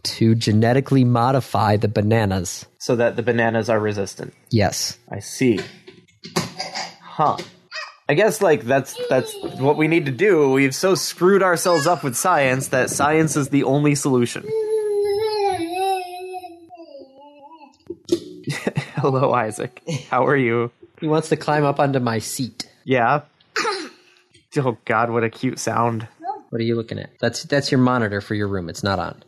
S1: to genetically modify the bananas.
S2: So that the bananas are resistant.
S1: Yes.
S2: I see. Huh. I guess like that's that's what we need to do. We've so screwed ourselves up with science that science is the only solution. Hello, Isaac. How are you?
S1: He wants to climb up onto my seat.
S2: Yeah. Oh God, what a cute sound.
S1: What are you looking at? That's that's your monitor for your room. It's not on.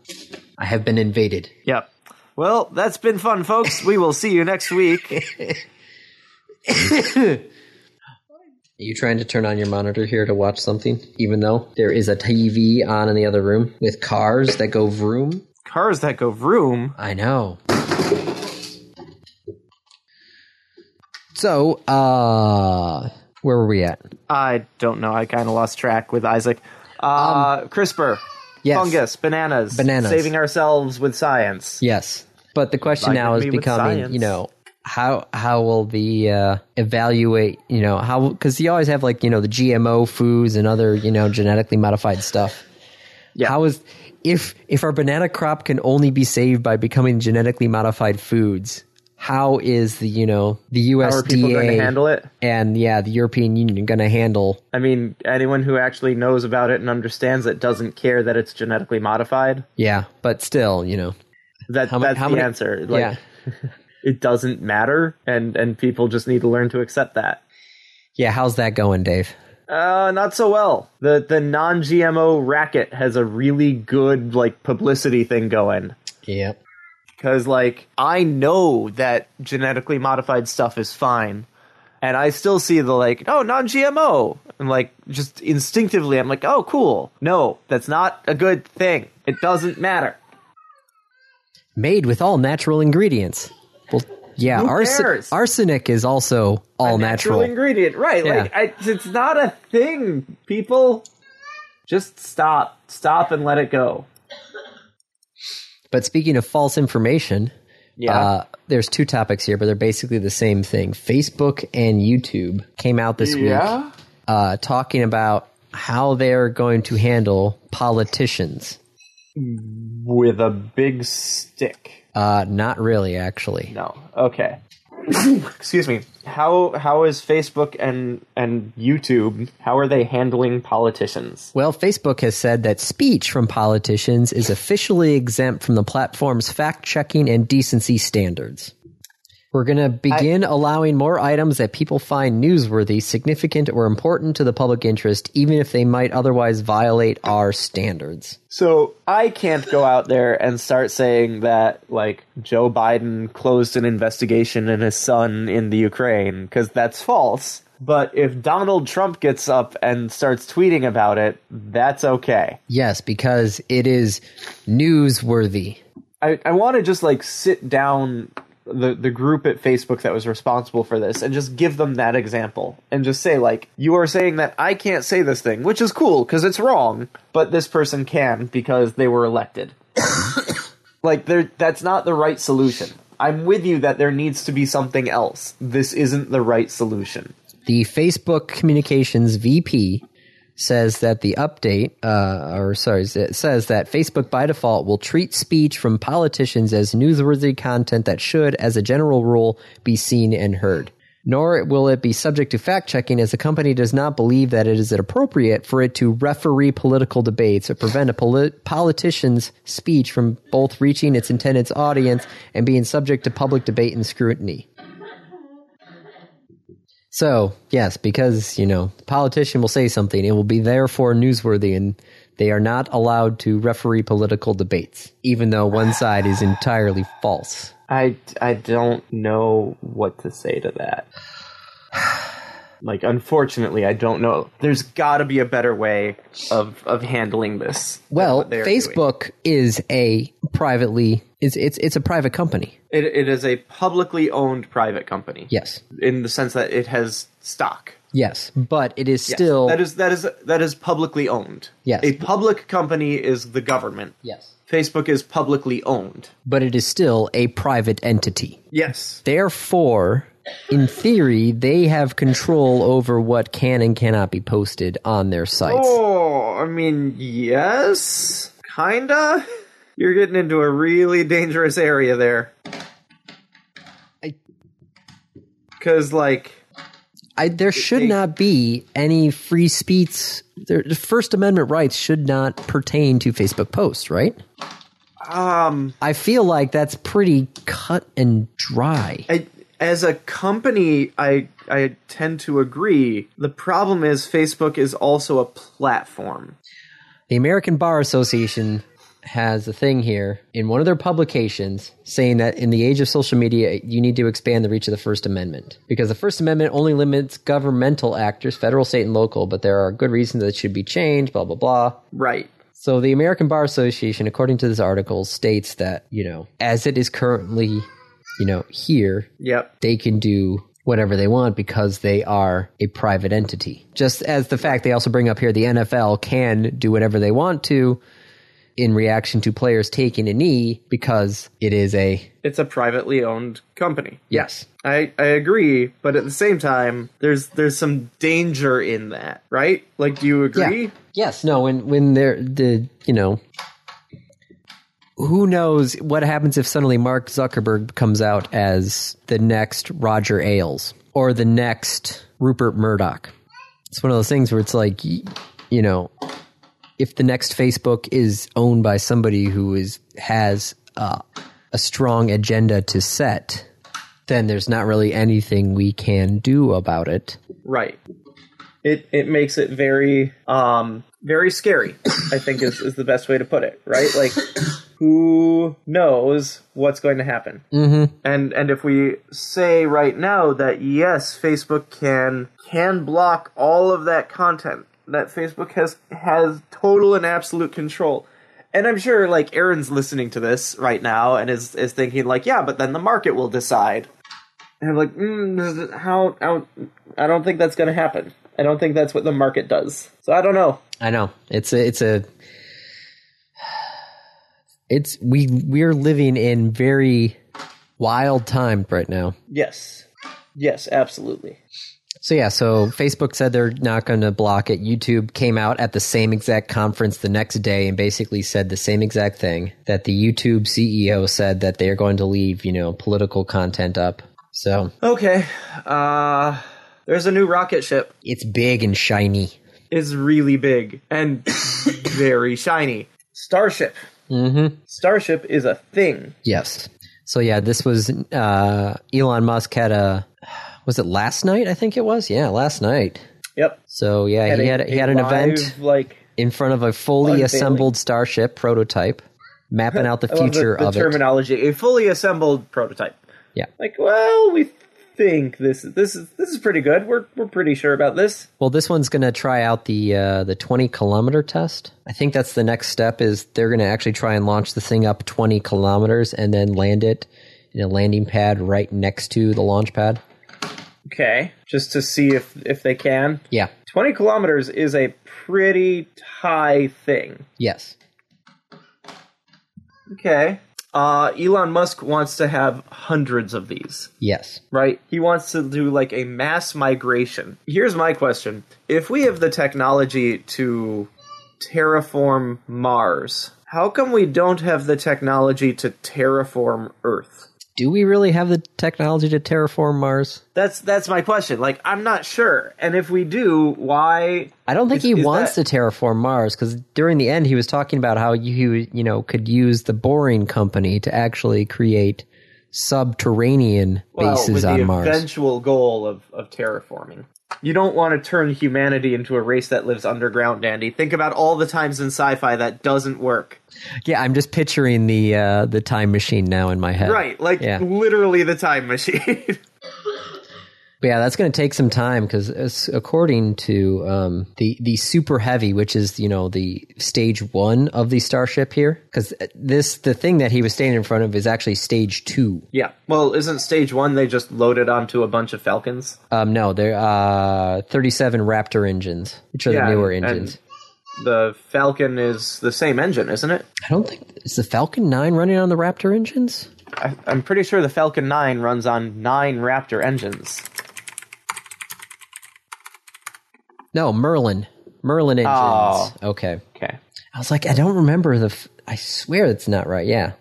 S1: I have been invaded.
S2: Yep. Well, that's been fun, folks. We will see you next week.
S1: Are you trying to turn on your monitor here to watch something? Even though there is a TV on in the other room with cars that go vroom?
S2: Cars that go vroom.
S1: I know. So, uh, where were we at?
S2: I don't know. I kind of lost track with Isaac. Uh, CRISPR,
S1: Um, Yes.
S2: fungus, bananas,
S1: Bananas.
S2: saving ourselves with science.
S1: Yes. But the question
S2: Like
S1: now
S2: with
S1: is
S2: me with
S1: becoming,
S2: science.
S1: you know, how how will the uh, evaluate, you know, how because you always have like you know the GMO foods and other you know genetically modified stuff.
S2: Yeah.
S1: How is if if our banana crop can only be saved by becoming genetically modified foods? How is the you know the USDA
S2: How are people going to handle it?
S1: and yeah the European Union going to handle
S2: I mean, anyone who actually knows about it and understands it doesn't care that it's genetically modified.
S1: Yeah, but still, you know,
S2: That
S1: how, mu-
S2: that's
S1: how
S2: the
S1: many?
S2: answer. Like,
S1: yeah,
S2: it doesn't matter, and and people just need to learn to accept that.
S1: yeah. How's that going, Dave?
S2: Uh, not so well. The the non-GMO racket has a really good like publicity thing going
S1: Yep.
S2: because like I know that genetically modified stuff is fine, and I still see the like oh non-GMO and like just instinctively I'm like oh cool no that's not a good thing it doesn't matter
S1: Made with all natural ingredients. Well, yeah,
S2: Who
S1: arsen-
S2: cares?
S1: arsenic is also all natural.
S2: ingredient right
S1: Yeah.
S2: like I, it's not a thing people just stop stop and let it go
S1: But speaking of false information,
S2: yeah
S1: uh, there's two topics here, but they're basically the same thing. Facebook and YouTube came out this week
S2: yeah
S1: uh, talking about how they're going to handle politicians.
S2: with a big stick
S1: Uh, not really, actually.
S2: No. Okay. Excuse me. How how is Facebook and and YouTube? How are they handling politicians?
S1: Well, Facebook has said that speech from politicians is officially exempt from the platform's fact checking and decency standards. We're going to begin allowing more items that people find newsworthy, significant, or important to the public interest, even if they might otherwise violate our standards.
S2: So I can't go out there and start saying that like Joe Biden closed an investigation in his son in the Ukraine because that's false. But if Donald Trump gets up and starts tweeting about it, that's okay.
S1: Yes, because it is newsworthy.
S2: I, I want to just like sit down the the group at Facebook that was responsible for this and just give them that example and just say like you are saying that I can't say this thing, which is cool because it's wrong, but this person can because they were elected. like there that's not the right solution. I'm with you that there needs to be something else. This isn't the right solution.
S1: The Facebook communications VP says that the update, uh, or sorry, it says that Facebook by default will treat speech from politicians as newsworthy content that should, as a general rule, be seen and heard. Nor will it be subject to fact checking, as the company does not believe that it is appropriate for it to referee political debates or prevent a polit- politician's speech from both reaching its intended audience and being subject to public debate and scrutiny. So, yes, because, you know, the politician will say something, it will be therefore newsworthy, and they are not allowed to referee political debates, even though one side is entirely false.
S2: I, I don't know what to say to that. Like, unfortunately, I don't know. There's got to be a better way of of handling this. than
S1: Well,
S2: what they are doing.
S1: Facebook is a privately it's it's it's a private company.
S2: It, it is a publicly owned private company.
S1: Yes.
S2: In the sense that it has stock.
S1: Yes, but it is
S2: Yes.
S1: still
S2: that is that is that is publicly owned.
S1: Yes.
S2: A public company is the government.
S1: Yes.
S2: Facebook is publicly owned.
S1: But it is still a private entity.
S2: Yes.
S1: Therefore, in theory, they have control over what can and cannot be posted on their sites.
S2: Oh, I mean, yes, kinda. You're getting into a really dangerous area there.
S1: I-
S2: Cause like,
S1: I, there should not be any free speech. There, the First Amendment rights should not pertain to Facebook posts, right?
S2: um,
S1: I feel like that's pretty cut and dry.
S2: I, as a company, I I tend to agree. The problem is Facebook is also a platform.
S1: The American Bar Association has a thing here in one of their publications saying that in the age of social media, you need to expand the reach of the First Amendment because the First Amendment only limits governmental actors, federal, state, and local, but there are good reasons that it should be changed, blah, blah, blah.
S2: Right.
S1: So the American Bar Association, according to this article, states that, you know, as it is currently, you know, here,
S2: Yep.
S1: they can do whatever they want because they are a private entity. Just as the fact they also bring up here the NFL can do whatever they want to in reaction to players taking a knee because it is a
S2: It's a privately owned company.
S1: yes.
S2: I, I agree, but at the same time, there's there's some danger in that, right? Like, do you agree?
S1: Yes, no, when when they're the you know who knows what happens if suddenly Mark Zuckerberg comes out as the next Roger Ailes or the next Rupert Murdoch. It's one of those things where it's like y- you know if the next Facebook is owned by somebody who is has uh, a strong agenda to set, then there's not really anything we can do about it
S2: Right. it it makes it very um very scary i think is, is the best way to put it right like who knows what's going to happen
S1: Mm-hmm.
S2: and and if we say right now that yes facebook can can block all of that content that facebook has has total and absolute control and i'm sure like aaron's listening to this right now and is is thinking like yeah but then the market will decide and i'm like mm, this is- how, how i don't think that's going to happen i don't think that's what the market does so i don't know
S1: I know it's a, it's a it's we we're living in very wild times right now.
S2: yes yes absolutely
S1: So yeah, so Facebook said they're not going to block it. YouTube came out at the same exact conference the next day and basically said the same exact thing that the YouTube CEO said that they're going to leave, you know, political content up. So,
S2: okay uh there's a new rocket ship
S1: it's big and shiny.
S2: is really big and very shiny. Starship.
S1: Mhm.
S2: Starship is a thing.
S1: Yes. So yeah, this was uh Elon Musk had a was it last night? I think it was. Yeah, last night.
S2: Yep.
S1: So yeah, he had he had an event
S2: live, Like
S1: in front of a fully
S2: unveiling.
S1: assembled starship prototype, mapping out the
S2: I love
S1: future
S2: the, the
S1: of it.
S2: terminology, a fully assembled prototype.
S1: Yeah.
S2: Like, well, we think this is this is this is pretty good. We're we're pretty sure about this.
S1: Well, this one's going to try out the uh, the twenty kilometer test. I think that's the next step. Is they're going to actually try and launch the thing up twenty kilometers and then land it in a landing pad right next to the launch pad.
S2: Okay, just to see if if they can.
S1: Yeah.
S2: Twenty kilometers is a pretty high thing.
S1: Yes.
S2: Okay. Uh, Elon Musk wants to have hundreds of these.
S1: Yes.
S2: right? He wants to do like a mass migration. Here's my question If we have the technology to terraform Mars, how come we don't have the technology to terraform Earth?
S1: Do we really have the technology to terraform Mars?
S2: That's that's my question. Like I'm not sure. And if we do, why
S1: I don't think
S2: Is-
S1: he
S2: is
S1: wants
S2: that-
S1: to terraform Mars because during the end he was talking about how you he, you know could use the boring company to actually create subterranean
S2: well, with
S1: bases
S2: the
S1: on Mars.
S2: eventual goal of, of terraforming. You don't want to turn humanity into a race that lives underground, Andy. Think about all the times in sci-fi that doesn't work.
S1: Yeah, I'm just picturing the uh, the time machine now in my head.
S2: Right, like
S1: Yeah.
S2: literally the time machine.
S1: But yeah, that's going to take some time because according to um, the the Super Heavy, which is you know the stage one of the Starship here, because this the thing that he was standing in front of is actually stage two.
S2: Yeah. Well, isn't stage one they just loaded onto a bunch of Falcons?
S1: Um, no, they're uh, 37 Raptor engines, which are
S2: Yeah,
S1: the newer
S2: and-
S1: engines.
S2: The Falcon is the same engine, isn't it?
S1: I don't think is the Falcon 9 running on the Raptor engines.
S2: I, I'm pretty sure the Falcon 9 runs on nine Raptor engines.
S1: No, Merlin, Merlin engines.
S2: Oh.
S1: Okay.
S2: Okay.
S1: I was like, I don't remember the. F- I swear it's not right. Yeah,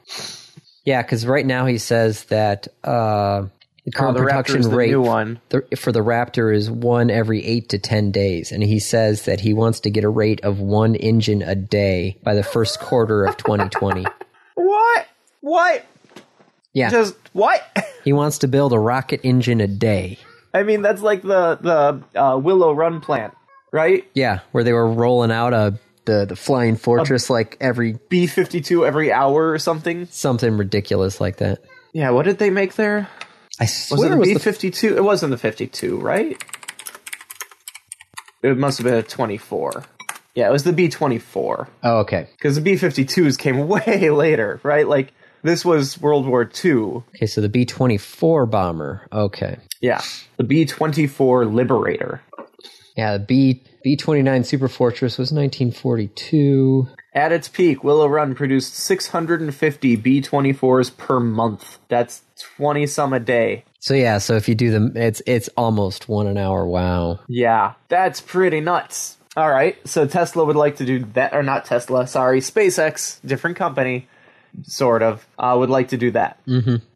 S1: yeah, because right now he says that uh, the
S2: Oh,
S1: current
S2: the Raptor
S1: production
S2: is the
S1: rate
S2: new one.
S1: the- for the Raptor is one every eight to ten days, and he says that he wants to get a rate of one engine a day by the first quarter of 2020.
S2: What? What?
S1: Yeah,
S2: Just what?
S1: he wants to build a rocket engine a day.
S2: I mean, that's like the the uh, Willow Run plant, right?
S1: Yeah, where they were rolling out a the the flying fortress like every
S2: B fifty two every hour or something.
S1: something ridiculous like that.
S2: Yeah. What did they make there?
S1: I
S2: Was
S1: swear
S2: it a
S1: it was
S2: B
S1: the
S2: fifty two? It wasn't the fifty two, right? It must have been a twenty four. Yeah, it was the B twenty four.
S1: oh okay.
S2: because the B-52s came way later, right? Like this was World War II.
S1: Okay, so the B 24 bomber. Okay.
S2: Yeah, the B-24 Liberator
S1: Yeah, the B B 29 Super Fortress was 1942.
S2: at its peak. Willow Run produced 650 B-24s per month. That's 20 some a day.
S1: So yeah, so if you do the it's it's almost 1 an hour. Wow.
S2: Yeah, that's pretty nuts. All right, so Tesla would like to do that, or not Tesla? Sorry, SpaceX, different company, sort of, uh, would like to do that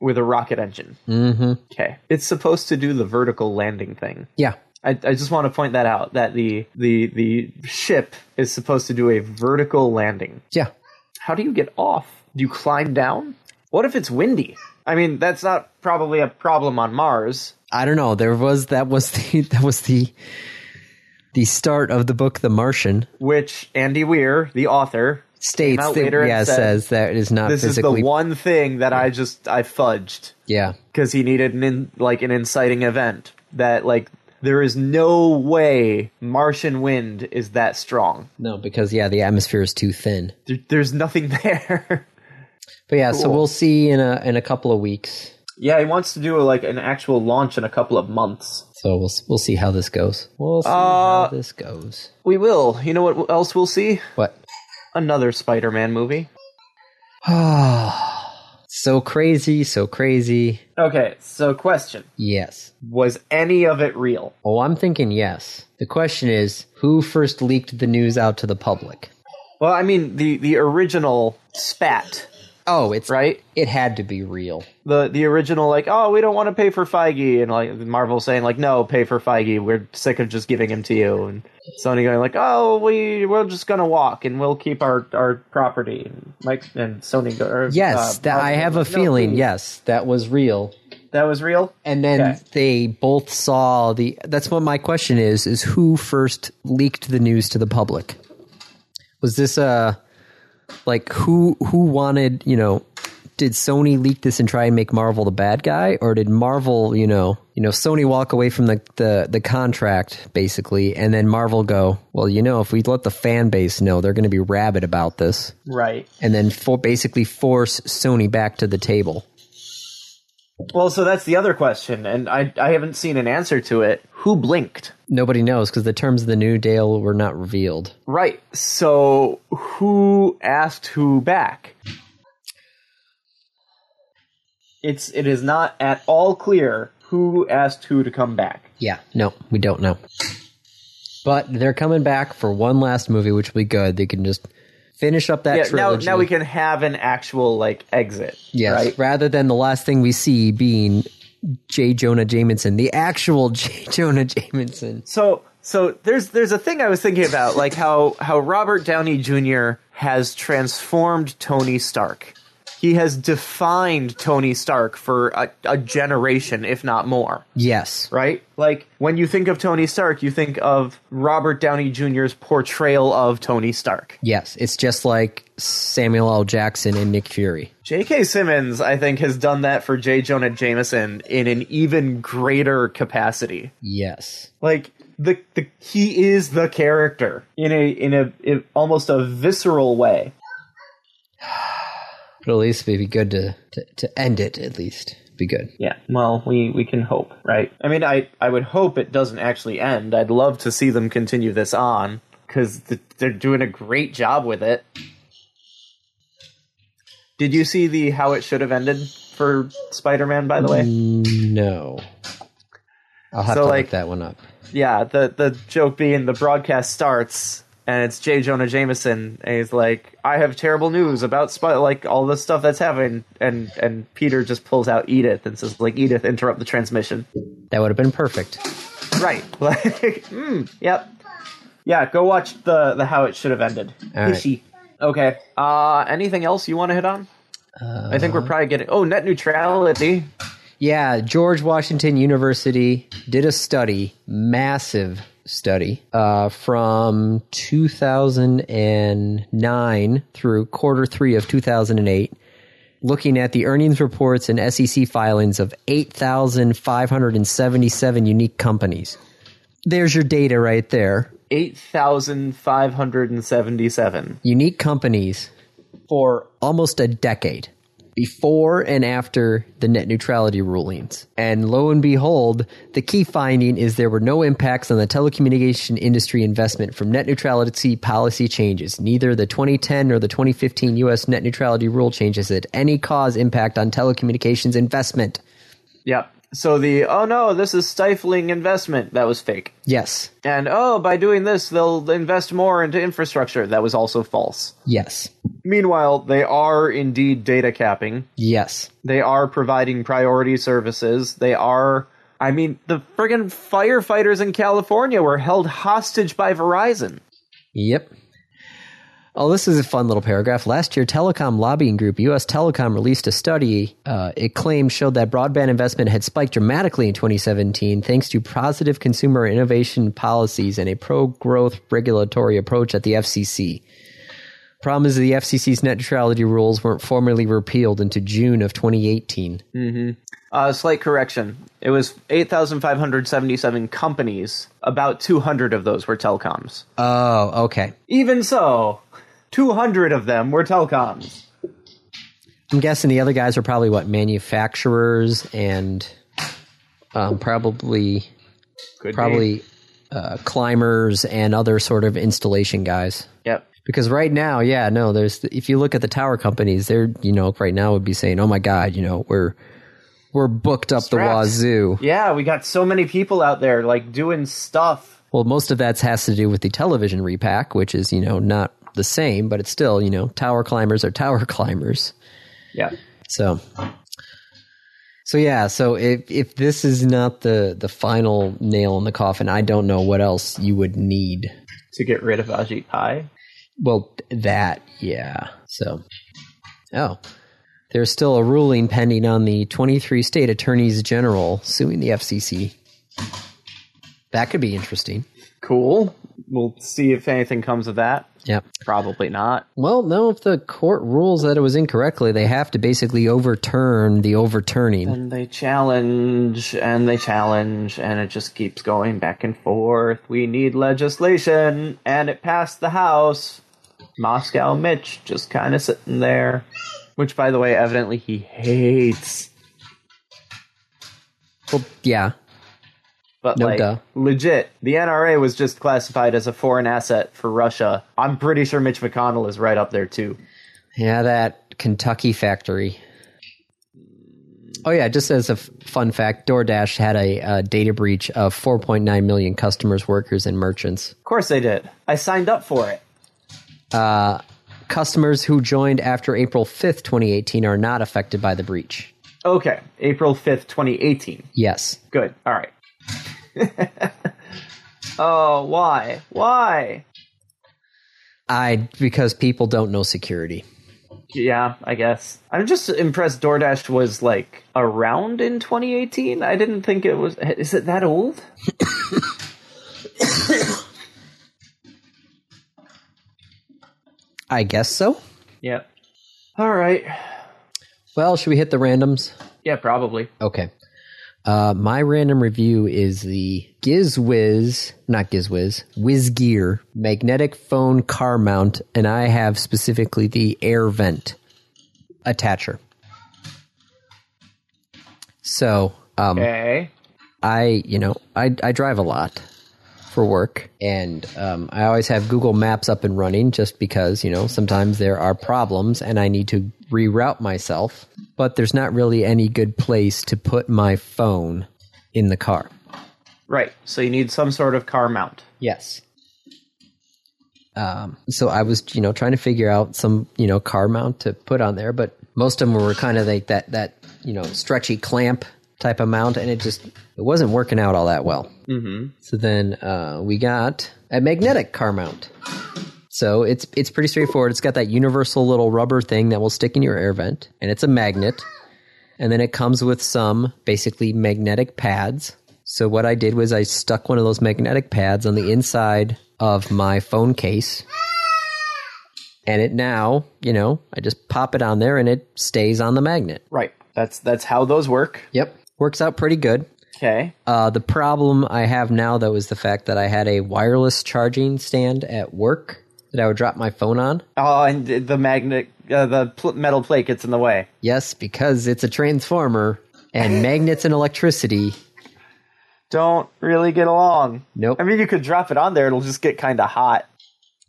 S2: with a rocket engine. Mm-hmm. Okay, it's supposed to do the vertical landing thing.
S1: Yeah.
S2: I, I just want to point that out that the the the ship is supposed to do a vertical landing.
S1: Yeah.
S2: How do you get off? Do you climb down? What if it's windy? I mean, that's not probably a problem on Mars.
S1: I don't know. There was that was the that was the the start of the book The Martian
S2: which Andy Weir, the author,
S1: states
S2: out
S1: that
S2: later and
S1: yeah
S2: said,
S1: says that it is not
S2: this is the
S1: physically
S2: one thing that I just I fudged
S1: yeah
S2: because he needed an in, like an inciting event that like there is no way Martian wind is that strong.
S1: no because yeah the atmosphere is too thin
S2: There, there's nothing there.
S1: but yeah so
S2: Cool.
S1: we'll see in a in a couple of weeks
S2: yeah, he wants to do like an actual launch in a couple of months.
S1: so we'll we'll see how this goes we'll see how
S2: Uh,
S1: this goes
S2: We will. You know what else we'll see?
S1: what
S2: Another Spider-Man movie.
S1: so crazy so crazy
S2: Okay, so question:
S1: yes
S2: Was any of it real?
S1: oh I'm thinking yes the question is who first leaked the news out to the public
S2: Well, I mean the the original spat,
S1: oh it's
S2: right?
S1: it had to be real
S2: the the original like oh we don't want to pay for Feige and like Marvel saying like no pay for Feige we're sick of just giving him to you and Sony going like oh we we're just gonna walk and we'll keep our our property and Mike and Sony go or,
S1: yes
S2: uh,
S1: that I
S2: Marvel
S1: have a
S2: goes, "No,
S1: feeling
S2: please."
S1: yes that was real
S2: that was real
S1: and then
S2: Okay.
S1: they both saw the that's what my question is is who first leaked the news to the public was this uh like who who wanted you know did sony leak this and try and make marvel the bad guy or did marvel you know you know sony walk away from the the, the contract basically and then marvel go well you know if we let the fan base know they're going to be rabid about this
S2: right
S1: and then for basically force sony back to the table
S2: well so that's the other question and I I haven't seen an answer to it who blinked
S1: Nobody knows because the terms of the new deal were not revealed.
S2: right so who asked who back it's it is not at all clear who asked who to come back
S1: Yeah. No, we don't know. But they're coming back for one last movie, which will be good. They can just finish up that
S2: yeah, now,
S1: trilogy.
S2: now we can have an actual like exit
S1: yes,
S2: right
S1: rather than the last thing we see being J. Jonah Jameson, the actual J. Jonah Jameson.
S2: so so there's there's a thing i was thinking about like how how robert downey jr has transformed tony stark he has defined tony stark for a, a generation if not more
S1: Yes.
S2: right? Like when you think of Tony Stark, you think of Robert Downey Jr.'s portrayal of Tony Stark.
S1: Yes. It's just like Samuel L. Jackson and Nick Fury.
S2: J.K. Simmons, I think, has done that for J. Jonah Jameson in an even greater capacity.
S1: Yes.
S2: Like the the he is the character in a in a in almost a visceral way.
S1: But at least it'd be good to, to, to end it, at least. Be good.
S2: Yeah. Well, we we can hope, right? I mean, I I would hope it doesn't actually end. I'd love to see them continue this on because th- they're doing a great job with it. Did you see the how it should have ended for Spider-Man? By the way,
S1: No. I'll have
S2: So,
S1: to
S2: like-
S1: look that one up.
S2: yeah. The the joke being the broadcast starts. And it's J. Jonah Jameson, and he's like, "I have terrible news about Sp- like all the stuff that's happening." And and Peter just pulls out Edith and says, "Like Edith, interrupt the transmission."
S1: That would have been perfect.
S2: Right. Like, mm, yep. Yeah, go watch the the how it should have ended.
S1: All right.
S2: Fishy. Okay. Uh, anything else you want to hit on? I think we're
S1: Uh,
S2: probably getting. Oh, net neutrality.
S1: Yeah, George Washington University did a study, massive study, uh, from 2009 through quarter three of 2008, looking at the earnings reports and SEC filings of 8,577 unique companies. There's your data right there.
S2: Eight thousand five hundred and seventy-seven.
S1: unique companies for almost a decade before and after the net neutrality rulings. And lo and behold, the key finding is there were no impacts on the telecommunication industry investment from net neutrality policy changes. Neither the 2010 nor the 2015 US net neutrality rule changes had any cause impact on telecommunications investment.
S2: Yep. So the oh no, this is stifling investment. That was fake.
S1: Yes.
S2: And oh, by doing this, they'll invest more into infrastructure. That was also false.
S1: Yes.
S2: Meanwhile, they are indeed data capping.
S1: Yes.
S2: They are providing priority services. They are. I mean, the friggin' firefighters in California were held hostage by Verizon.
S1: Yep. Oh, this is a fun little paragraph. Last year, telecom lobbying group U.S. Telecom released a study. Uh, it claimed showed that broadband investment had spiked dramatically in 2017 thanks to positive consumer innovation policies and a pro-growth regulatory approach at the FCC. Problem is, the FCC's net neutrality rules weren't formally repealed until June of 2018.
S2: Uh, slight correction. It was 8,577 companies. About 200 of those were telecoms.
S1: Oh, okay.
S2: Even so, 200 of them were telecoms.
S1: I'm guessing the other guys are probably what manufacturers and um, probably
S2: Could be.
S1: probably uh, climbers and other sort of installation guys.
S2: Yep.
S1: Because right now, yeah, no, there's if you look at the tower companies, they're you know right now would be saying, oh my god, you know we're we're booked up the
S2: Strapped.
S1: wazoo.
S2: Yeah, we got so many people out there like doing stuff.
S1: Well, most of that has to do with the television repack, which is you know not the same, but it's still you know tower climbers are tower climbers.
S2: Yeah.
S1: So, so yeah. So if if this is not the the final nail in the coffin, I don't know what else you would need.
S2: To get rid of Ajit Pai.
S1: Well, th- that yeah. So, oh, there's still a ruling pending on the 23 state attorneys general suing the FCC. That could be interesting.
S2: Cool. We'll see if anything comes of that.
S1: Yep.
S2: Probably not.
S1: Well, no, if the court rules that it was incorrectly, they have to basically overturn the overturning.
S2: And they challenge and they challenge and it just keeps going back and forth. We need legislation and it passed the House. Moscow Mitch just kind of sitting there, which by the way, evidently he hates.
S1: Well, yeah.
S2: But
S1: No
S2: like
S1: duh.
S2: legit, the NRA was just classified as a foreign asset for Russia. I'm pretty sure Mitch McConnell is right up there too.
S1: Yeah, that Kentucky factory. Oh yeah, just as a f- fun fact, DoorDash had a, uh data breach of 4.9 million customers, workers, and merchants.
S2: Of course they did. I signed up for it.
S1: Customers who joined after April 5th, 2018, are not affected by the breach.
S2: Okay, April 5th, 2018.
S1: Yes,
S2: Good. All right. oh, why? Why?
S1: I because people don't know security.
S2: Yeah, I guess. I'm just impressed DoorDash was like around in 2018. I didn't think it was is it that old?
S1: I guess so.
S2: Yep. All right.
S1: Well, should we hit the randoms?
S2: Yeah, probably.
S1: Okay. Uh, my random review is the GizWiz, not GizWiz, WizGear magnetic phone car mount, and I have specifically the air vent attacher. So, um,
S2: Okay.
S1: I, you know, I, I drive a lot for work, and um, I always have Google Maps up and running just because, you know, sometimes there are problems and I need to reroute myself, but there's not really any good place to put my phone in the car.
S2: Right. So you need some sort of car mount.
S1: Yes. Um, so I was, you know, trying to figure out some, you know, car mount to put on there, but most of them were kind of like that, that, you know, stretchy clamp type of mount, and it just it wasn't working out all that well. Mm-hmm. So then uh, we got a magnetic car mount. So it's it's pretty straightforward. It's got that universal little rubber thing that will stick in your air vent, and it's a magnet. And then it comes with some basically magnetic pads. So what I did was I stuck one of those magnetic pads on the inside of my phone case. And it now, you know, I just pop it on there and it stays on the magnet.
S2: Right. That's that's how those work.
S1: Yep. Works out pretty good.
S2: Okay.
S1: Uh, the problem I have now, though, is the fact that I had a wireless charging stand at work that I would drop my phone on.
S2: Oh, and the magnet uh, the pl- metal plate gets in the way.
S1: Yes, because it's a transformer and magnets and electricity.
S2: Don't really get along.
S1: Nope.
S2: I mean, you could drop it on there, it'll just get kind of hot.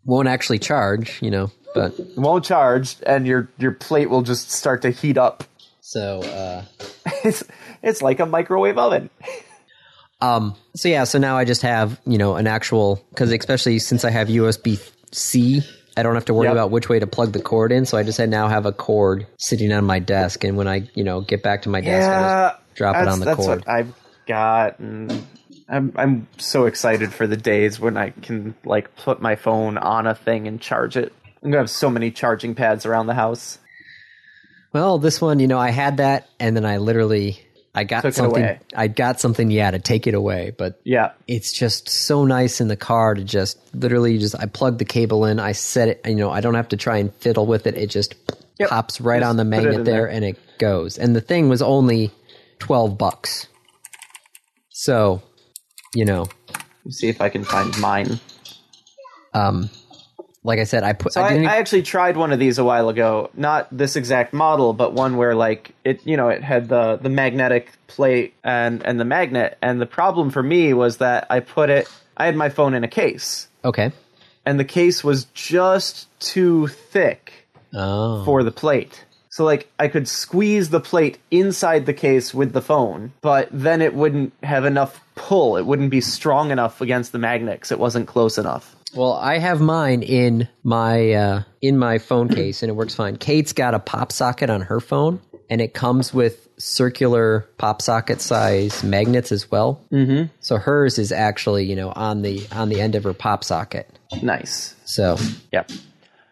S1: won't actually charge, you know. But
S2: It won't charge, and your your plate will just start to heat up.
S1: so, uh,
S2: It's it's like a microwave oven.
S1: um, so yeah, so now I just have you know an actual because especially since I have USB C, I don't have to worry
S2: Yep.
S1: about which way to plug the cord in. So I just had now have a cord sitting on my desk, and when I you know get back to my desk, I just drop it
S2: that's,
S1: on the
S2: that's
S1: cord.
S2: what I've got. And I'm I'm so excited for the days when I can like put my phone on a thing and charge it. I'm gonna have so many charging pads around the house.
S1: Well, this one, you know, I had that, and then I literally, I got
S2: Took it
S1: something.
S2: away.
S1: I got something, yeah, to take it away. But
S2: Yeah,
S1: it's just so nice in the car to just literally just. I plug the cable in, I set it. You know, I don't have to try and fiddle with it. It just
S2: Yep.
S1: pops right
S2: Just
S1: on the
S2: put it
S1: magnet
S2: in
S1: there,
S2: there.
S1: and it goes. And the thing was only twelve bucks. So, you know,
S2: Let's see if I can find mine.
S1: um, like I said, I put.
S2: So
S1: I
S2: I, e-
S1: didn't, e-
S2: I actually tried one of these a while ago, not this exact model, but one where like it, you know, it had the the magnetic plate and and the magnet. And the problem for me was that I put it. I had my phone in a case,
S1: okay.
S2: and the case was just too thick
S1: Oh,
S2: for the plate. So like I could squeeze the plate inside the case with the phone, but then it wouldn't have enough pull. It wouldn't be strong enough against the magnet 'cause it wasn't close enough.
S1: Well, I have mine in my uh, in my phone case, and it works fine. Kate's got a pop socket on her phone, and it comes with circular pop socket size magnets as well. Mm-hmm. So hers is actually, you know, on the on the end of her pop socket.
S2: Nice.
S1: So
S2: Yep.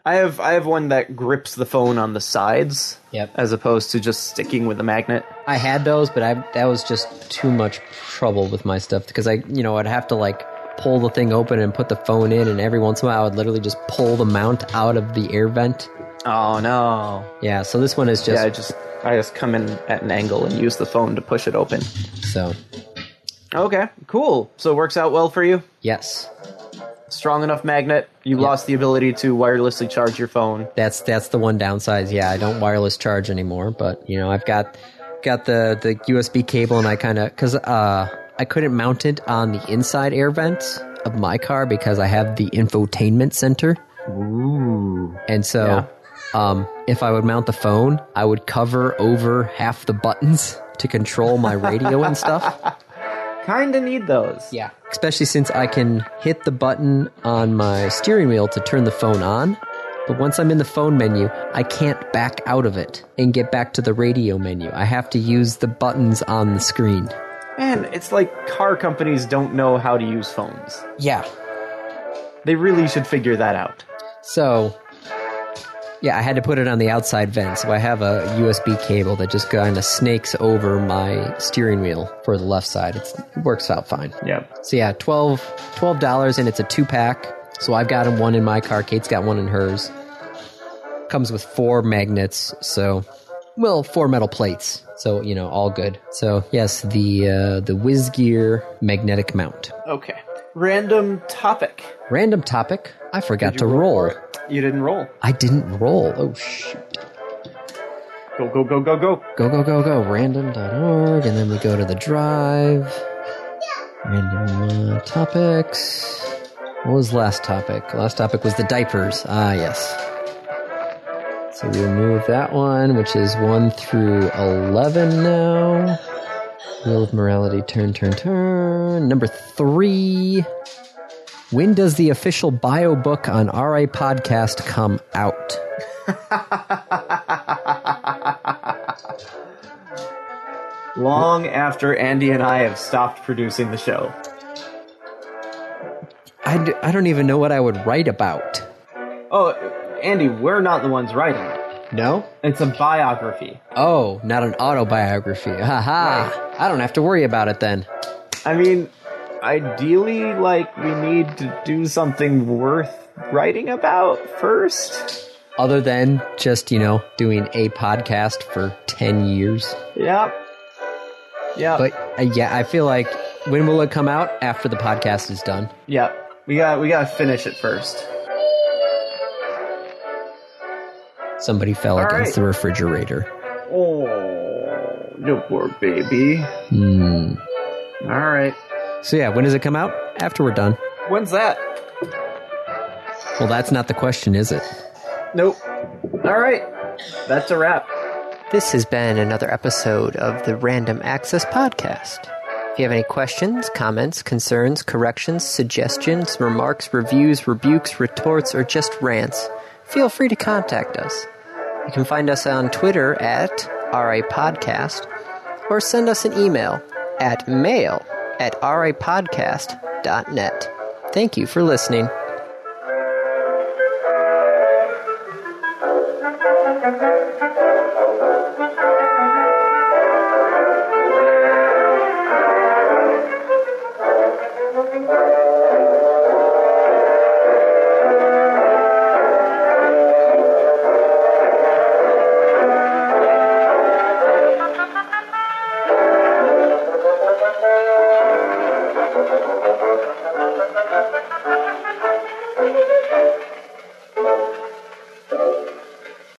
S2: I have I have one that grips the phone on the sides.
S1: Yep.
S2: As opposed to just sticking with the magnet.
S1: I had those, but I that was just too much trouble with my stuff because I, you know, I'd have to like pull the thing open and put the phone in, and every once in a while, I would literally just pull the mount out of the air vent.
S2: Oh no.
S1: Yeah. So this one is just
S2: Yeah, I just I just come in at an angle and use the phone to push it open.
S1: so
S2: Okay, cool. So it works out well for you.
S1: yes.
S2: Strong enough magnet. You lost the ability to wirelessly charge your phone.
S1: that's that's the one downside. Yeah, I don't wireless charge anymore, but you know, I've got got the the USB cable, and I kind of because uh, I couldn't mount it on the inside air vent of my car because I have the infotainment center,
S2: Ooh.
S1: and so.
S2: Yeah.
S1: Um, if I would mount the phone, I would cover over half the buttons to control my radio and stuff.
S2: Kinda need those.
S1: Yeah. Especially since I can hit the button on my steering wheel to turn the phone on. But once I'm in the phone menu, I can't back out of it and get back to the radio menu. I have to use the buttons on the screen.
S2: Man, it's like car companies don't know how to use phones.
S1: Yeah.
S2: They really should figure that out.
S1: So, yeah, I had to put it on the outside vent. So I have a USB cable that just kind of snakes over my steering wheel for the left side. It's, it works out fine.
S2: Yep.
S1: So yeah, 12 dollars, and it's a two pack. So I've got one in my car. Kate's got one in hers. Comes with four magnets. So, well, four metal plates. So you know, all good. So yes, the uh, the Whiz Gear magnetic mount.
S2: Okay. Random topic.
S1: Random topic. I forgot to roll.
S2: roll You didn't roll.
S1: I didn't roll. Oh shoot.
S2: Go, go, go, go, go.
S1: Go go go go. Random.org, and then we go to the drive. Random uh, topics. What was last topic? Last topic was the diapers. Ah, yes. So we remove that one, which is 1 through 11 now. Wheel of Morality, turn, turn, turn. Number three. When does the official bio book on RA Podcast come out?
S2: Long after Andy and I have stopped producing the show.
S1: I, d- I don't even know what I would write about.
S2: Oh, Andy, we're not the ones writing it.
S1: No?
S2: It's a biography.
S1: Oh, not an autobiography. Haha. ha! I don't have to worry about it then.
S2: I mean, ideally, like, we need to do something worth writing about first.
S1: Other than just, you know, doing a podcast for 10 years.
S2: Yep. Yep.
S1: But uh, yeah, I feel like when will it come out? After the podcast is done.
S2: Yep. We got we gotta finish it first.
S1: Somebody fell
S2: All
S1: against
S2: right.
S1: the refrigerator.
S2: Oh no poor baby.
S1: Hmm.
S2: Alright.
S1: So yeah, when does it come out? After we're done.
S2: When's that?
S1: Well, that's not the question, is it?
S2: Nope. Alright. That's a wrap.
S3: This has been another episode of the Random Access Podcast. If you have any questions, comments, concerns, corrections, suggestions, remarks, reviews, rebukes, retorts, or just rants, feel free to contact us. You can find us on Twitter at RAPodcast or send us an email at mail at rapodcast.net. Thank you for listening.
S4: Thank you.